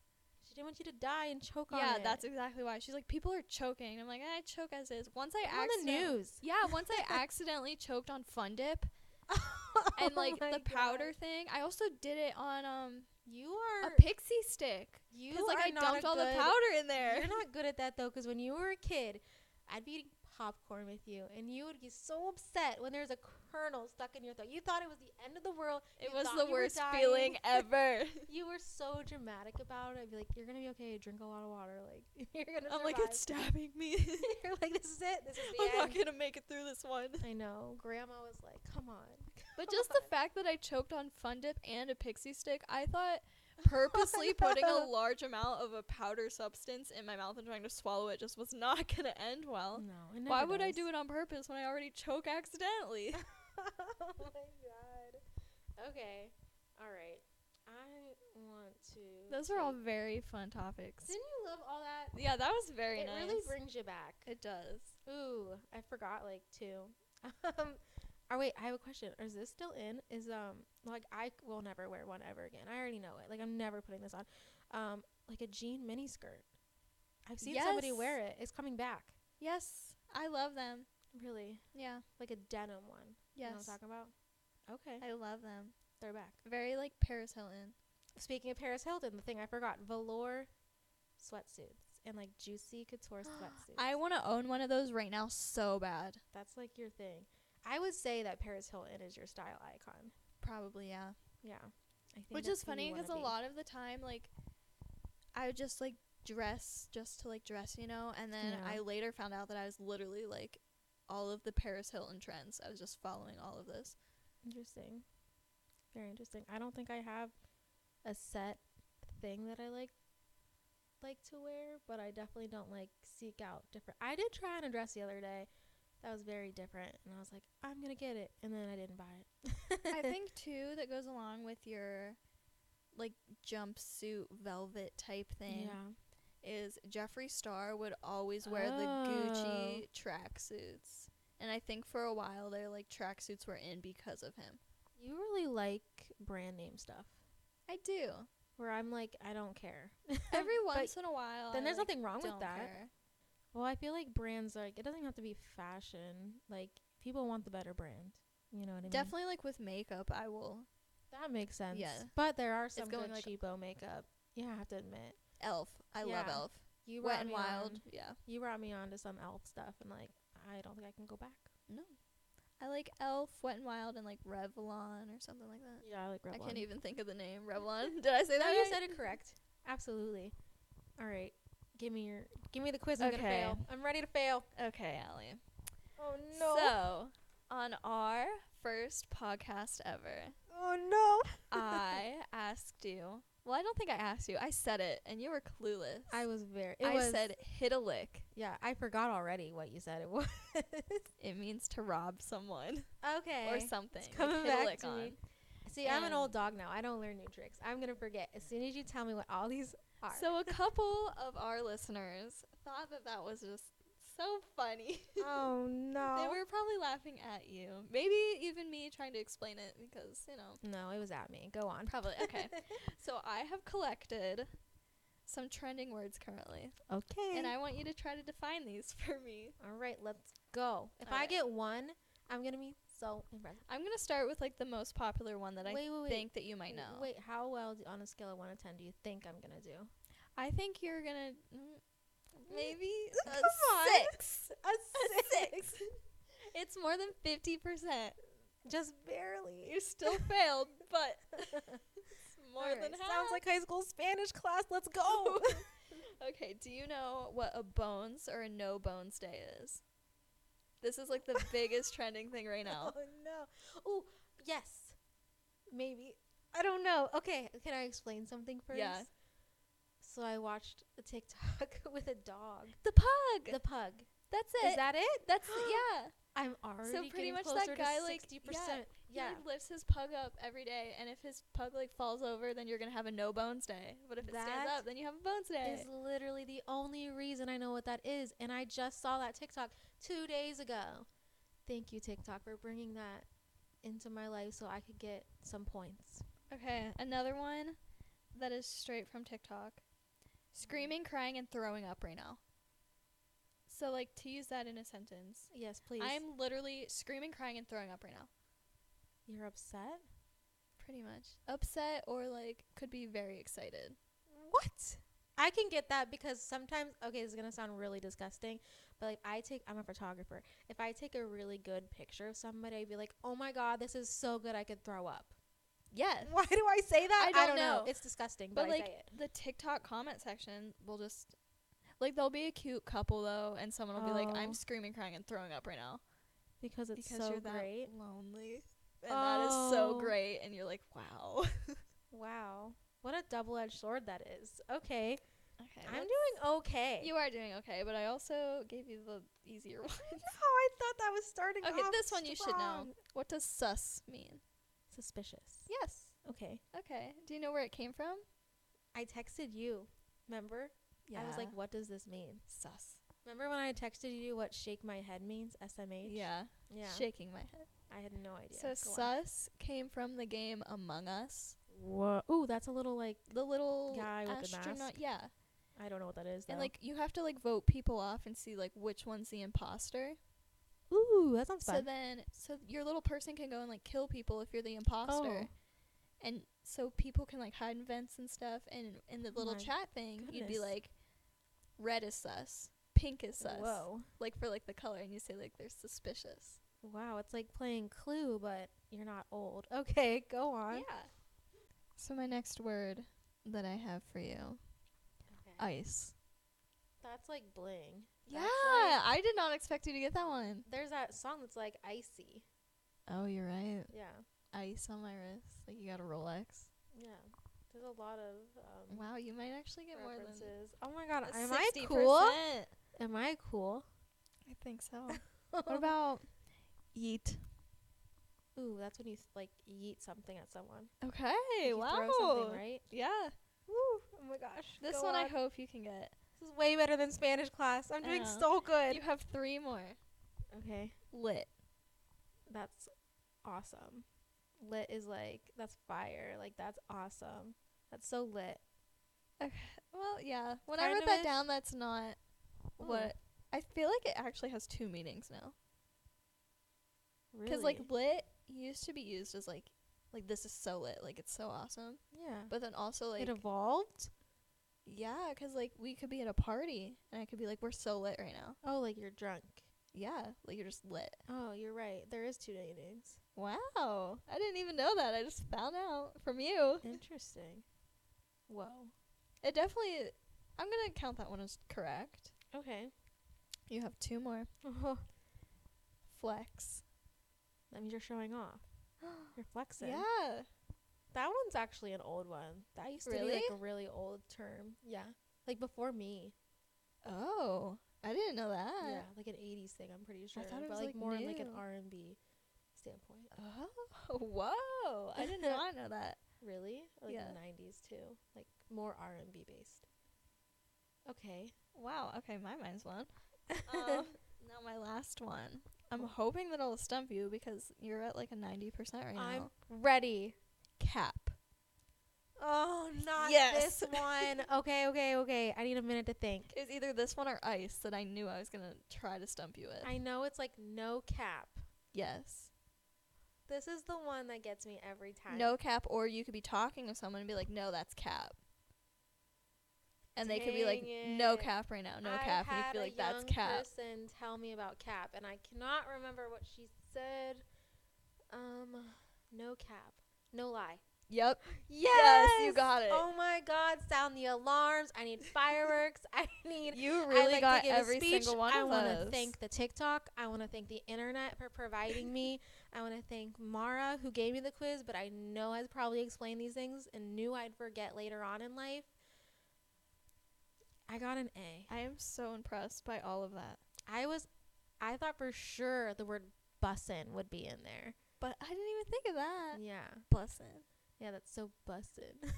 [SPEAKER 1] She didn't want you to die and choke on
[SPEAKER 3] yeah,
[SPEAKER 1] it.
[SPEAKER 3] that's exactly why. She's like, "People are choking." I'm like, "I choke as is." Once I
[SPEAKER 1] It's on the
[SPEAKER 3] accident-
[SPEAKER 1] news.
[SPEAKER 3] Yeah, once I accidentally choked on Fun Dip and
[SPEAKER 1] Oh
[SPEAKER 3] like
[SPEAKER 1] my
[SPEAKER 3] the powder
[SPEAKER 1] God.
[SPEAKER 3] thing. I also did it on um
[SPEAKER 1] You are.
[SPEAKER 3] a pixie stick.
[SPEAKER 1] you
[SPEAKER 3] Because like
[SPEAKER 1] are
[SPEAKER 3] I
[SPEAKER 1] not
[SPEAKER 3] dumped
[SPEAKER 1] a
[SPEAKER 3] all the
[SPEAKER 1] good-
[SPEAKER 3] powder in there.
[SPEAKER 1] You're not good at that though, because when you were a kid, I'd be eating popcorn with you, and you would be so upset when there's a kernel stuck in your throat. You thought it was the end of the world.
[SPEAKER 3] It
[SPEAKER 1] You
[SPEAKER 3] was
[SPEAKER 1] thought
[SPEAKER 3] the
[SPEAKER 1] you were
[SPEAKER 3] worst
[SPEAKER 1] dying.
[SPEAKER 3] feeling ever.
[SPEAKER 1] You were so dramatic about it. I'd be like, "You're gonna be okay. Drink a lot of water. Like you're gonna."
[SPEAKER 3] I'm like,
[SPEAKER 1] survive."
[SPEAKER 3] it's stabbing me.
[SPEAKER 1] you're like, "This is it. This is the
[SPEAKER 3] I'm not
[SPEAKER 1] end."
[SPEAKER 3] gonna make it through this one.
[SPEAKER 1] I know. Grandma was like, "Come on."
[SPEAKER 3] But just the
[SPEAKER 1] God.
[SPEAKER 3] fact that I choked on Fun Dip and a pixie stick, I thought purposely putting a
[SPEAKER 1] no.
[SPEAKER 3] large amount of a powder substance in my mouth and trying to swallow it just was not gonna end well.
[SPEAKER 1] No. It never
[SPEAKER 3] Why would I
[SPEAKER 1] does.
[SPEAKER 3] do it on purpose when I already choke accidentally?
[SPEAKER 1] oh my god. Okay. All right. I want to.
[SPEAKER 3] Those are all
[SPEAKER 1] take-
[SPEAKER 3] very fun topics.
[SPEAKER 1] Didn't you love all that?
[SPEAKER 3] Yeah, that was very
[SPEAKER 1] it
[SPEAKER 3] nice.
[SPEAKER 1] really brings you back.
[SPEAKER 3] it does.
[SPEAKER 1] Ooh, I forgot like two. Um, oh wait, I have a question. Is this still in? Is um like I c- will never wear one ever again. I already know it. Like I'm never putting this on. Um, like a jean mini skirt. I've seen somebody
[SPEAKER 3] Yes.
[SPEAKER 1] wear it. It's coming back.
[SPEAKER 3] Yes, I love them.
[SPEAKER 1] Really,
[SPEAKER 3] Yeah.
[SPEAKER 1] like a denim one. You know what
[SPEAKER 3] Yes.
[SPEAKER 1] I'm talking about? Okay,
[SPEAKER 3] I love them.
[SPEAKER 1] they're back.
[SPEAKER 3] Very like Paris Hilton.
[SPEAKER 1] Speaking of Paris Hilton, the thing I forgot: velour sweatsuits and like juicy couture sweatsuits.
[SPEAKER 3] I want to own one of those right now so bad.
[SPEAKER 1] That's like your thing. I would say that Paris Hilton is your style icon.
[SPEAKER 3] Probably, yeah.
[SPEAKER 1] Yeah. I think
[SPEAKER 3] Which
[SPEAKER 1] that's
[SPEAKER 3] is
[SPEAKER 1] who you
[SPEAKER 3] funny
[SPEAKER 1] wanna
[SPEAKER 3] because a
[SPEAKER 1] be.
[SPEAKER 3] lot of the time, like, I would just like dress just to like dress, you know? And then
[SPEAKER 1] Yeah.
[SPEAKER 3] I later found out that I was literally like all of the Paris Hilton trends. I was just following all of this.
[SPEAKER 1] Interesting. Very interesting. I don't think I have a set thing that I like like to wear, but I definitely don't like seek out different. I did try on a dress the other day that was very different, and I was like, I'm gonna get it, and then I didn't buy it.
[SPEAKER 3] I think too that goes along with your like jumpsuit velvet type thing
[SPEAKER 1] Yeah.
[SPEAKER 3] is Jeffree Star would always wear the
[SPEAKER 1] Oh.
[SPEAKER 3] Gucci tracksuits. And I think for a while their like tracksuits were in because of him.
[SPEAKER 1] You really like brand name stuff.
[SPEAKER 3] I do.
[SPEAKER 1] Where I'm like, I don't care.
[SPEAKER 3] Every
[SPEAKER 1] But
[SPEAKER 3] once in a while.
[SPEAKER 1] then
[SPEAKER 3] I,
[SPEAKER 1] there's
[SPEAKER 3] like,
[SPEAKER 1] nothing wrong with
[SPEAKER 3] don't
[SPEAKER 1] that.
[SPEAKER 3] care.
[SPEAKER 1] Well, I feel like brands like it doesn't have to be fashion. Like people want the better brand. You know what I mean?
[SPEAKER 3] Definitely like with makeup I will
[SPEAKER 1] That makes sense.
[SPEAKER 3] Yeah.
[SPEAKER 1] But there are some
[SPEAKER 3] going
[SPEAKER 1] good
[SPEAKER 3] like-
[SPEAKER 1] cheapo makeup. Yeah, I have to admit.
[SPEAKER 3] Elf. I love
[SPEAKER 1] Yeah.
[SPEAKER 3] Elf.
[SPEAKER 1] You
[SPEAKER 3] Wet
[SPEAKER 1] brought
[SPEAKER 3] and
[SPEAKER 1] me
[SPEAKER 3] Wild.
[SPEAKER 1] on-
[SPEAKER 3] Yeah.
[SPEAKER 1] you brought me on to some elf stuff and like I don't think I can go back.
[SPEAKER 3] No. I like Elf, Wet and Wild, and like Revlon or something like that.
[SPEAKER 1] Yeah, I like Revlon.
[SPEAKER 3] I can't even think of the name. Revlon. Did I say that?
[SPEAKER 1] No, you
[SPEAKER 3] right?
[SPEAKER 1] said it correct. Absolutely. All right. Give me your give me the quiz. I'm gonna
[SPEAKER 3] Okay.
[SPEAKER 1] fail. I'm ready to fail.
[SPEAKER 3] Okay, Allie.
[SPEAKER 1] Oh
[SPEAKER 3] So, on our first podcast ever,
[SPEAKER 1] oh
[SPEAKER 3] I asked you. Well, I don't think I asked you. I said it, and you were clueless.
[SPEAKER 1] I was very. It
[SPEAKER 3] I
[SPEAKER 1] was,
[SPEAKER 3] said hit a lick.
[SPEAKER 1] Yeah, I forgot already what you said it was.
[SPEAKER 3] It means to rob someone
[SPEAKER 1] Okay.
[SPEAKER 3] or something. Like,
[SPEAKER 1] Eh, coming
[SPEAKER 3] hit a
[SPEAKER 1] back
[SPEAKER 3] lick
[SPEAKER 1] to
[SPEAKER 3] on.
[SPEAKER 1] me. See, I'm an
[SPEAKER 3] And-
[SPEAKER 1] old dog now. I don't learn new tricks. I'm gonna forget as soon as you tell me what all these are.
[SPEAKER 3] So a couple of our listeners thought that that was just so funny.
[SPEAKER 1] oh
[SPEAKER 3] They
[SPEAKER 1] no.
[SPEAKER 3] were probably laughing at you. Maybe even me trying to explain it because, you know,
[SPEAKER 1] no, it was at me. Go on.
[SPEAKER 3] probably. Okay. so I have collected some trending words currently,
[SPEAKER 1] Okay.
[SPEAKER 3] and I want you to try to define these for me.
[SPEAKER 1] all right, let's go. If
[SPEAKER 3] All
[SPEAKER 1] I
[SPEAKER 3] right.
[SPEAKER 1] get one, I'm gonna be so impressed.
[SPEAKER 3] I'm going to start with like the most popular one that I
[SPEAKER 1] Wait, wait, wait.
[SPEAKER 3] think that you might know.
[SPEAKER 1] Wait, how well do, on a scale of one to ten do you think I'm gonna do?
[SPEAKER 3] I think you're going to maybe a
[SPEAKER 1] Mm, Come on.
[SPEAKER 3] six.
[SPEAKER 1] A
[SPEAKER 3] Six. it's more than 50%.
[SPEAKER 1] Just barely.
[SPEAKER 3] You still failed, but it's more
[SPEAKER 1] All
[SPEAKER 3] than
[SPEAKER 1] right,
[SPEAKER 3] half.
[SPEAKER 1] Sounds like high school Spanish class. Let's go.
[SPEAKER 3] Okay, do you know what a bones or a no bones day is? This is like the biggest trending thing right now.
[SPEAKER 1] Oh no. Oh yes. Maybe. I don't know. Okay, can I explain something first?
[SPEAKER 3] Yeah.
[SPEAKER 1] So I watched a TikTok with a dog.
[SPEAKER 3] The pug.
[SPEAKER 1] The pug.
[SPEAKER 3] That's
[SPEAKER 1] Is
[SPEAKER 3] it.
[SPEAKER 1] that it?
[SPEAKER 3] That's yeah.
[SPEAKER 1] I'm already
[SPEAKER 3] pretty
[SPEAKER 1] getting
[SPEAKER 3] much that
[SPEAKER 1] closer
[SPEAKER 3] guy,
[SPEAKER 1] to
[SPEAKER 3] like,
[SPEAKER 1] sixty percent.
[SPEAKER 3] Yeah.
[SPEAKER 1] Yeah.
[SPEAKER 3] He like, lifts his pug up every day, and if his pug like falls over, then you're gonna have a no bones day. But if it stands
[SPEAKER 1] That
[SPEAKER 3] up, then you have a bones day.
[SPEAKER 1] Is literally the only reason I know what that is, and I just saw that TikTok two days ago. Thank you TikTok for bringing that into my life so I could get some points.
[SPEAKER 3] Okay, another one that is straight from TikTok. Screaming, crying, and throwing up right now. So like to use that in a sentence.
[SPEAKER 1] Yes, please.
[SPEAKER 3] I'm literally screaming, crying, and throwing up right now.
[SPEAKER 1] You're upset.
[SPEAKER 3] Pretty much. Upset or like could be very excited.
[SPEAKER 1] What? I can get that because sometimes okay, this is gonna sound really disgusting, but like I take I'm a photographer. If I take a really good picture of somebody, I'd be like, Oh my god, this is so good I could throw up.
[SPEAKER 3] Yes.
[SPEAKER 1] Why do I say that?
[SPEAKER 3] I
[SPEAKER 1] I don't,
[SPEAKER 3] don't
[SPEAKER 1] know.
[SPEAKER 3] know.
[SPEAKER 1] It's disgusting, but, I
[SPEAKER 3] But
[SPEAKER 1] say
[SPEAKER 3] like
[SPEAKER 1] it.
[SPEAKER 3] the TikTok comment section will just like there'll be a cute couple though and someone will be like, I'm
[SPEAKER 1] Oh.
[SPEAKER 3] screaming, crying, and throwing up right now.
[SPEAKER 1] Because it's
[SPEAKER 3] Because
[SPEAKER 1] so
[SPEAKER 3] you're that
[SPEAKER 1] great.
[SPEAKER 3] lonely. And that is so
[SPEAKER 1] Oh.
[SPEAKER 3] great and you're like, Wow.
[SPEAKER 1] Wow. What a double edged sword that is. Okay.
[SPEAKER 3] Okay.
[SPEAKER 1] I'm doing okay.
[SPEAKER 3] you are doing okay, but I also gave you the easier one.
[SPEAKER 1] no, I thought that was starting
[SPEAKER 3] Okay,
[SPEAKER 1] off
[SPEAKER 3] this one you should know.
[SPEAKER 1] strong.
[SPEAKER 3] What does sus mean?
[SPEAKER 1] Suspicious.
[SPEAKER 3] Yes.
[SPEAKER 1] Okay.
[SPEAKER 3] Okay. Do you know where it came from?
[SPEAKER 1] I texted you. Remember? I was like, what does this mean?
[SPEAKER 3] sus.
[SPEAKER 1] Remember when I texted you what shake my head means? SMH?
[SPEAKER 3] Yeah.
[SPEAKER 1] Yeah.
[SPEAKER 3] Shaking my head.
[SPEAKER 1] I had no idea.
[SPEAKER 3] So sus came from the game Among Us.
[SPEAKER 1] Whoa. Ooh, that's a little like,
[SPEAKER 3] The little
[SPEAKER 1] Guy with the
[SPEAKER 3] astronaut,
[SPEAKER 1] mask?
[SPEAKER 3] yeah.
[SPEAKER 1] I don't know what that is. Though.
[SPEAKER 3] And like you have to like vote people off and see like which one's the imposter.
[SPEAKER 1] ooh, that sounds
[SPEAKER 3] So
[SPEAKER 1] fun.
[SPEAKER 3] then so your little person can go and like kill people if you're the imposter.
[SPEAKER 1] Oh.
[SPEAKER 3] And so people can like hide in vents and stuff and in the little
[SPEAKER 1] Oh My
[SPEAKER 3] chat thing you'd be
[SPEAKER 1] goodness.
[SPEAKER 3] like red is sus, pink is sus.
[SPEAKER 1] Whoa.
[SPEAKER 3] Like for like the color and you say like they're suspicious.
[SPEAKER 1] Wow, it's like playing Clue, but you're not old. Okay, go on.
[SPEAKER 3] Yeah. So my next word that I have for you,
[SPEAKER 1] Okay.
[SPEAKER 3] ice.
[SPEAKER 1] that's like bling.
[SPEAKER 3] Yeah,
[SPEAKER 1] That's like-
[SPEAKER 3] I did not expect you to get that one.
[SPEAKER 1] there's that song that's like icy.
[SPEAKER 3] Oh, you're right.
[SPEAKER 1] Yeah.
[SPEAKER 3] Ice on my wrist. Like you got a Rolex.
[SPEAKER 1] Yeah. There's a lot of um,
[SPEAKER 3] Wow, you might actually get more than
[SPEAKER 1] references. Oh my god,
[SPEAKER 3] a
[SPEAKER 1] am I
[SPEAKER 3] 60%.
[SPEAKER 1] cool? Am I cool?
[SPEAKER 3] I think so. what about yeet?
[SPEAKER 1] Ooh, that's when you th- like yeet something at someone.
[SPEAKER 3] Okay.
[SPEAKER 1] You
[SPEAKER 3] wow.
[SPEAKER 1] Throw something, right?
[SPEAKER 3] Yeah.
[SPEAKER 1] Woo! Oh my gosh.
[SPEAKER 3] This
[SPEAKER 1] go
[SPEAKER 3] one I
[SPEAKER 1] on.
[SPEAKER 3] hope you can get.
[SPEAKER 1] This is way better than Spanish class. I'm doing
[SPEAKER 3] Oh.
[SPEAKER 1] so good.
[SPEAKER 3] You have three more.
[SPEAKER 1] okay,
[SPEAKER 3] Lit.
[SPEAKER 1] that's awesome. Lit is like that's fire. Like that's awesome. That's so lit.
[SPEAKER 3] Well, yeah. When I
[SPEAKER 1] Kind
[SPEAKER 3] wrote
[SPEAKER 1] of
[SPEAKER 3] that
[SPEAKER 1] ish.
[SPEAKER 3] down, that's not
[SPEAKER 1] Oh.
[SPEAKER 3] what. I feel like it actually has two meanings now.
[SPEAKER 1] Really?
[SPEAKER 3] Because like lit used to be used as like, like this is so lit, like it's so awesome.
[SPEAKER 1] yeah,
[SPEAKER 3] But then also like,
[SPEAKER 1] it evolved.
[SPEAKER 3] yeah, because like we could be at a party and I could be like, we're so lit right now.
[SPEAKER 1] Oh, like you're drunk.
[SPEAKER 3] Yeah, like you're just lit.
[SPEAKER 1] Oh, you're right. There is two meanings.
[SPEAKER 3] Wow, I didn't even know that. I just found out from you.
[SPEAKER 1] Interesting. Whoa.
[SPEAKER 3] It definitely. I'm gonna count that one as correct.
[SPEAKER 1] Okay.
[SPEAKER 3] You have two more. Flex.
[SPEAKER 1] that means you're showing off. You're flexing.
[SPEAKER 3] Yeah.
[SPEAKER 1] That one's actually an old one. That used to be like
[SPEAKER 3] Really?
[SPEAKER 1] a really old term. Yeah. Like before me.
[SPEAKER 3] Oh, I didn't know that.
[SPEAKER 1] yeah. Like an eighties thing, I'm pretty sure.
[SPEAKER 3] thought it
[SPEAKER 1] but
[SPEAKER 3] was,
[SPEAKER 1] like,
[SPEAKER 3] like,
[SPEAKER 1] more like an
[SPEAKER 3] new.
[SPEAKER 1] R and B standpoint.
[SPEAKER 3] Oh, whoa! I did not know that.
[SPEAKER 1] Really? Or, Like
[SPEAKER 3] Yeah.
[SPEAKER 1] the nineties too. Like more R and B based. Okay.
[SPEAKER 3] Wow. Okay, my mind's blown. um, now my last one. I'm hoping that I'll stump you because you're at like a ninety percent right
[SPEAKER 1] I'm
[SPEAKER 3] now.
[SPEAKER 1] ready.
[SPEAKER 3] Cap.
[SPEAKER 1] Oh not
[SPEAKER 3] Yes.
[SPEAKER 1] this one. okay, okay, okay. I need a minute to think.
[SPEAKER 3] It was either this one or ice that I knew I was gonna try to stump you with.
[SPEAKER 1] I know it's like no cap.
[SPEAKER 3] yes.
[SPEAKER 1] This is the one that gets me every time.
[SPEAKER 3] no cap or you could be talking to someone and be like no that's cap and they could be like
[SPEAKER 1] Dang
[SPEAKER 3] no
[SPEAKER 1] it.
[SPEAKER 3] cap right now no
[SPEAKER 1] I
[SPEAKER 3] cap and you
[SPEAKER 1] had
[SPEAKER 3] could be
[SPEAKER 1] a
[SPEAKER 3] like that's
[SPEAKER 1] young
[SPEAKER 3] cap
[SPEAKER 1] Person tell me about cap, and I cannot remember what she said. Um, no cap, no lie.
[SPEAKER 3] yep
[SPEAKER 1] Yes,
[SPEAKER 3] you got it
[SPEAKER 1] Oh my God! Sound the alarms. I need fireworks. I need.
[SPEAKER 3] you
[SPEAKER 1] I
[SPEAKER 3] really
[SPEAKER 1] like
[SPEAKER 3] got
[SPEAKER 1] to give
[SPEAKER 3] every
[SPEAKER 1] a speech.
[SPEAKER 3] single one
[SPEAKER 1] I
[SPEAKER 3] of
[SPEAKER 1] wanna
[SPEAKER 3] those
[SPEAKER 1] thank the TikTok. I want to thank the internet for providing me. I want to thank Mara who gave me the quiz, but I know I'd probably explain these things and knew I'd forget later on in life. I got an A.
[SPEAKER 3] i am so impressed by all of that
[SPEAKER 1] I was, I thought for sure the word bussin would be in there.
[SPEAKER 3] but i didn't even think of that
[SPEAKER 1] Yeah,
[SPEAKER 3] bussin
[SPEAKER 1] yeah, that's so bussin.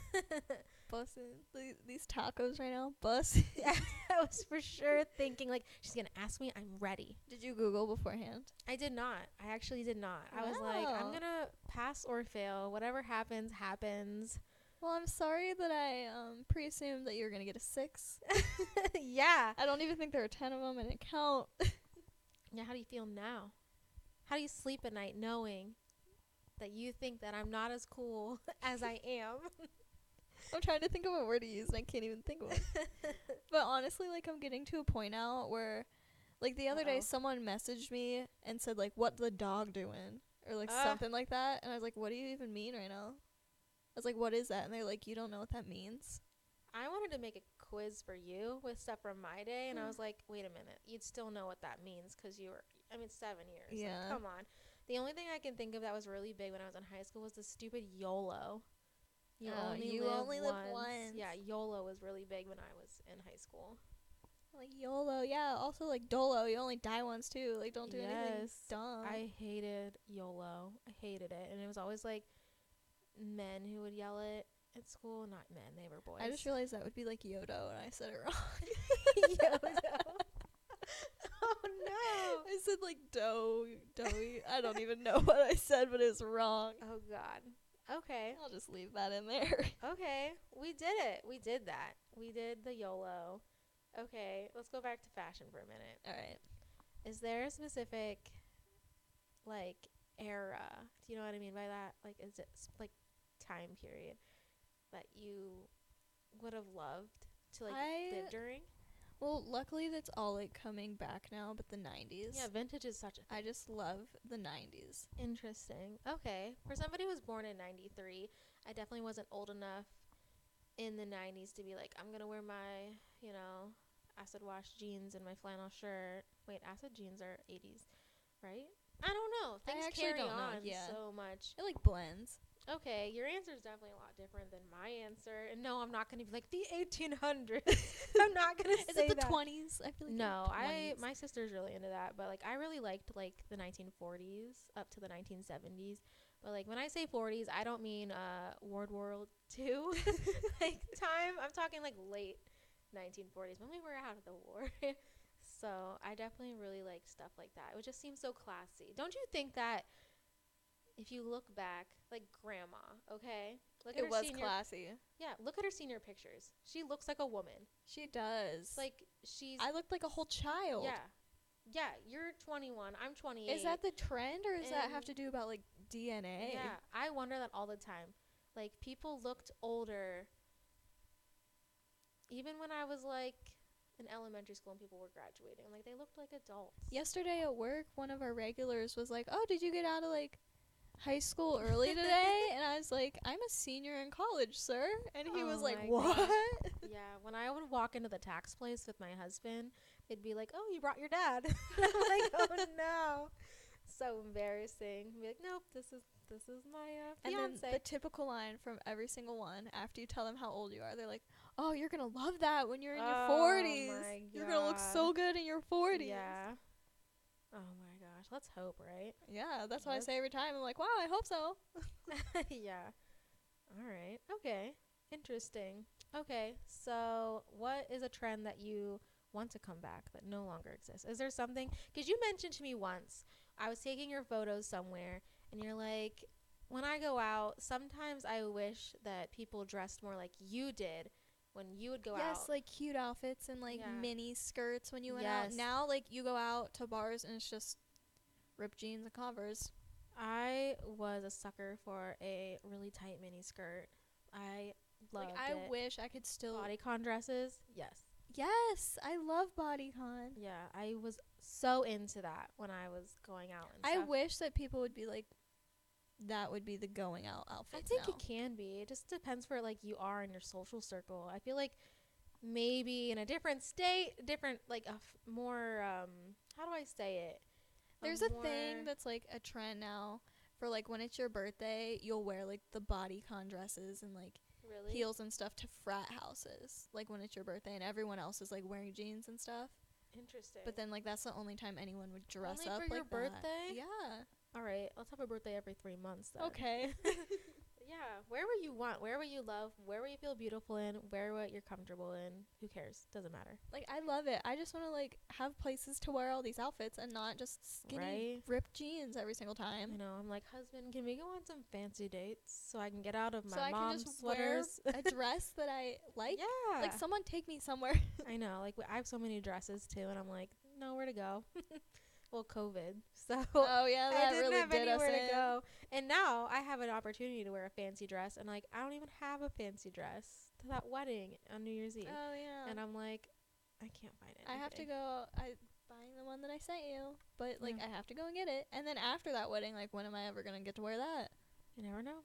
[SPEAKER 3] bussin Th- these tacos right now bussin
[SPEAKER 1] I was for sure thinking like she's gonna ask me. I'm ready.
[SPEAKER 3] did you google beforehand
[SPEAKER 1] I did not. I actually did not. I was like, I'm
[SPEAKER 3] Wow.
[SPEAKER 1] gonna pass or fail. Whatever happens, happens.
[SPEAKER 3] well i'm sorry that i um pre-assumed that you were gonna get a six
[SPEAKER 1] yeah.
[SPEAKER 3] i don't even think there were ten of them i didn't count
[SPEAKER 1] Yeah. How do you feel now? How do you sleep at night knowing that you think that I'm not as cool as I am?
[SPEAKER 3] I'm trying to think of a word to use and I can't even think of one. but honestly, like I'm getting to a point now where like the other
[SPEAKER 1] Uh-oh.
[SPEAKER 3] day someone messaged me and said like what the dog doing or like
[SPEAKER 1] Ah.
[SPEAKER 3] something like that and I was like what do you even mean right now? I was like what is that? And they're like you don't know what that means.
[SPEAKER 1] I wanted to make a quiz for you with stuff from my day,
[SPEAKER 3] Hmm.
[SPEAKER 1] and I was like, wait a minute, you'd still know what that means because you were, I mean, seven years. Like,
[SPEAKER 3] Yeah.
[SPEAKER 1] come on. The only thing I can think of that was really big when I was in high school was the stupid YOLO.
[SPEAKER 3] Oh, you only live once.
[SPEAKER 1] Yeah, YOLO was really big when I was in high school.
[SPEAKER 3] Like YOLO, yeah. Also like Dolo, you only die once too. Like don't do anything
[SPEAKER 1] Yes,
[SPEAKER 3] dumb.
[SPEAKER 1] I hated YOLO. I hated it. And it was always like men who would yell it at school. Not men, they were boys.
[SPEAKER 3] I just realized that would be like Yodo and I said it wrong.
[SPEAKER 1] Yodo. oh, no.
[SPEAKER 3] I said like dough, doughy. I don't even know what I said, but it's wrong.
[SPEAKER 1] Oh God. Okay.
[SPEAKER 3] I'll just leave that in there.
[SPEAKER 1] Okay. We did it. We did that. We did the YOLO. Okay. Let's go back to fashion for a minute.
[SPEAKER 3] All right.
[SPEAKER 1] Is there a specific like era? Do you know what I mean by that? Like is it s- like time period that you would have loved to like
[SPEAKER 3] I-
[SPEAKER 1] live during?
[SPEAKER 3] Well, luckily that's all like coming back now, but the 90s.
[SPEAKER 1] Yeah, vintage is such a
[SPEAKER 3] I just love the 90s.
[SPEAKER 1] Interesting. Okay. For somebody who was born in 93, I definitely wasn't old enough in the 90s to be like, I'm going to wear my, you know, acid wash jeans and my flannel shirt. Wait, acid jeans are 80s, right? I don't know. Things
[SPEAKER 3] actually
[SPEAKER 1] carry
[SPEAKER 3] don't know,
[SPEAKER 1] on
[SPEAKER 3] yeah.
[SPEAKER 1] so much.
[SPEAKER 3] It like blends.
[SPEAKER 1] Okay, your answer is definitely a lot different than my answer. And no, I'm not going to be like the 1800s. I'm not going to
[SPEAKER 3] Is
[SPEAKER 1] say
[SPEAKER 3] it the
[SPEAKER 1] that.
[SPEAKER 3] twenties? I feel like
[SPEAKER 1] No, I my sister's really into that, but like I really liked like the 1940s up to the 1970s. But like when I say 40s, I don't mean uh World War Two like time. I'm talking like late 1940s when we were out of the war. so I definitely really liked stuff like that. It would just seem so classy. Don't you think that if you look back, like grandma, okay, look
[SPEAKER 2] it was
[SPEAKER 1] senior,
[SPEAKER 2] classy.
[SPEAKER 1] yeah, look at her senior pictures. She looks like a woman.
[SPEAKER 3] She does.
[SPEAKER 1] Like she's
[SPEAKER 3] I looked like a whole child.
[SPEAKER 1] yeah. Yeah, you're 21. I'm 28.
[SPEAKER 3] Is that the trend, or does that have
[SPEAKER 1] And-
[SPEAKER 3] to do about like DNA?
[SPEAKER 1] Yeah, I wonder that all the time. Like people looked older even when I was like in elementary school and people were graduating. Like they looked like adults.
[SPEAKER 3] Yesterday at work, one of our regulars was like, "Oh, did you get out of like high school early today?" and I was like, "I'm a senior in college, sir." And he was
[SPEAKER 1] Oh
[SPEAKER 3] like,
[SPEAKER 1] my
[SPEAKER 3] "What?"
[SPEAKER 1] gosh. Yeah, when I would walk into the tax place with my husband, they'd be like, "Oh, you brought your dad." I'm like, "Oh no." So embarrassing. Be like, "Nope, this is this is my uh,
[SPEAKER 3] And
[SPEAKER 1] fiance."
[SPEAKER 3] then the typical line from every single one after you tell them how old you are, they're like, "Oh, you're gonna love that when you're in your
[SPEAKER 1] Oh
[SPEAKER 3] 40s.
[SPEAKER 1] my
[SPEAKER 3] You're gonna look so good in your 40s."
[SPEAKER 1] Yeah. Oh my gosh. Let's hope, right?
[SPEAKER 3] Yeah, that's what I
[SPEAKER 1] Yes.
[SPEAKER 3] say every time. I'm like, "Wow, I hope so."
[SPEAKER 1] yeah. All right. Okay. Interesting. Okay. So, what is a trend that you want to come back that no longer exists? Is there something? Because you mentioned to me once, I was taking your photos somewhere, and you're like, when I go out, sometimes I wish that people dressed more like you did when you would go
[SPEAKER 3] yes,
[SPEAKER 1] out.
[SPEAKER 3] like cute outfits and like
[SPEAKER 1] Yeah.
[SPEAKER 3] mini skirts when you went out.
[SPEAKER 1] Yes.
[SPEAKER 3] Now, like you go out to bars and it's just ripped jeans and Converse.
[SPEAKER 1] I was a sucker for a really tight mini skirt. I loved
[SPEAKER 3] like I
[SPEAKER 1] it.
[SPEAKER 3] wish I could still.
[SPEAKER 1] Bodycon dresses, yes.
[SPEAKER 3] yes, I love bodycon.
[SPEAKER 1] Yeah, I was so into that when I was going out. And
[SPEAKER 3] I
[SPEAKER 1] stuff.
[SPEAKER 3] wish that people would be like, that would be the going out outfit.
[SPEAKER 1] I think it can be. It just depends where like you are in your social circle. I feel like maybe in a different state, different like a f- more um how do I say it?
[SPEAKER 3] There's a thing
[SPEAKER 1] more-
[SPEAKER 3] that's like a trend now for like when it's your birthday, you'll wear like the bodycon dresses and like
[SPEAKER 1] really
[SPEAKER 3] heels and stuff to frat houses. Like when it's your birthday and everyone else is like wearing jeans and stuff.
[SPEAKER 1] interesting.
[SPEAKER 3] But then like that's the only time anyone would dress
[SPEAKER 1] Only
[SPEAKER 3] up
[SPEAKER 1] for
[SPEAKER 3] like
[SPEAKER 1] your
[SPEAKER 3] that.
[SPEAKER 1] birthday?
[SPEAKER 3] Yeah.
[SPEAKER 1] all right, let's have a birthday every three months. Then.
[SPEAKER 3] Okay.
[SPEAKER 1] Yeah, where will you want? Where will you love? Where will you feel beautiful in? Where what you're comfortable in? Who cares? Doesn't matter.
[SPEAKER 3] like I love it. I just want to like have places to wear all these outfits and not just skinny
[SPEAKER 1] Right?
[SPEAKER 3] ripped jeans every single
[SPEAKER 1] You
[SPEAKER 3] time.
[SPEAKER 1] know, I'm like, husband, can we go on some fancy dates so I can get out of my
[SPEAKER 3] So I can
[SPEAKER 1] mom's
[SPEAKER 3] just
[SPEAKER 1] sweaters?
[SPEAKER 3] wear a dress that I like.
[SPEAKER 1] yeah.
[SPEAKER 3] Like someone take me somewhere.
[SPEAKER 1] I know. Like w- I have so many dresses too, and I'm like, nowhere to go. well, COVID, so
[SPEAKER 3] oh yeah,
[SPEAKER 1] I
[SPEAKER 3] that
[SPEAKER 1] didn't
[SPEAKER 3] really
[SPEAKER 1] have
[SPEAKER 3] did us
[SPEAKER 1] anywhere
[SPEAKER 3] in.
[SPEAKER 1] to go. And now I have an opportunity to wear a fancy dress, and like I don't even have a fancy dress to that wedding on New Year's Eve,
[SPEAKER 3] Oh yeah.
[SPEAKER 1] and I'm like, I can't find it.
[SPEAKER 3] I have to go. I buying the one that I sent you, but like
[SPEAKER 1] Yeah.
[SPEAKER 3] I have to go and get it. And then after that wedding, like when am I ever gonna get to wear that?
[SPEAKER 1] You never know.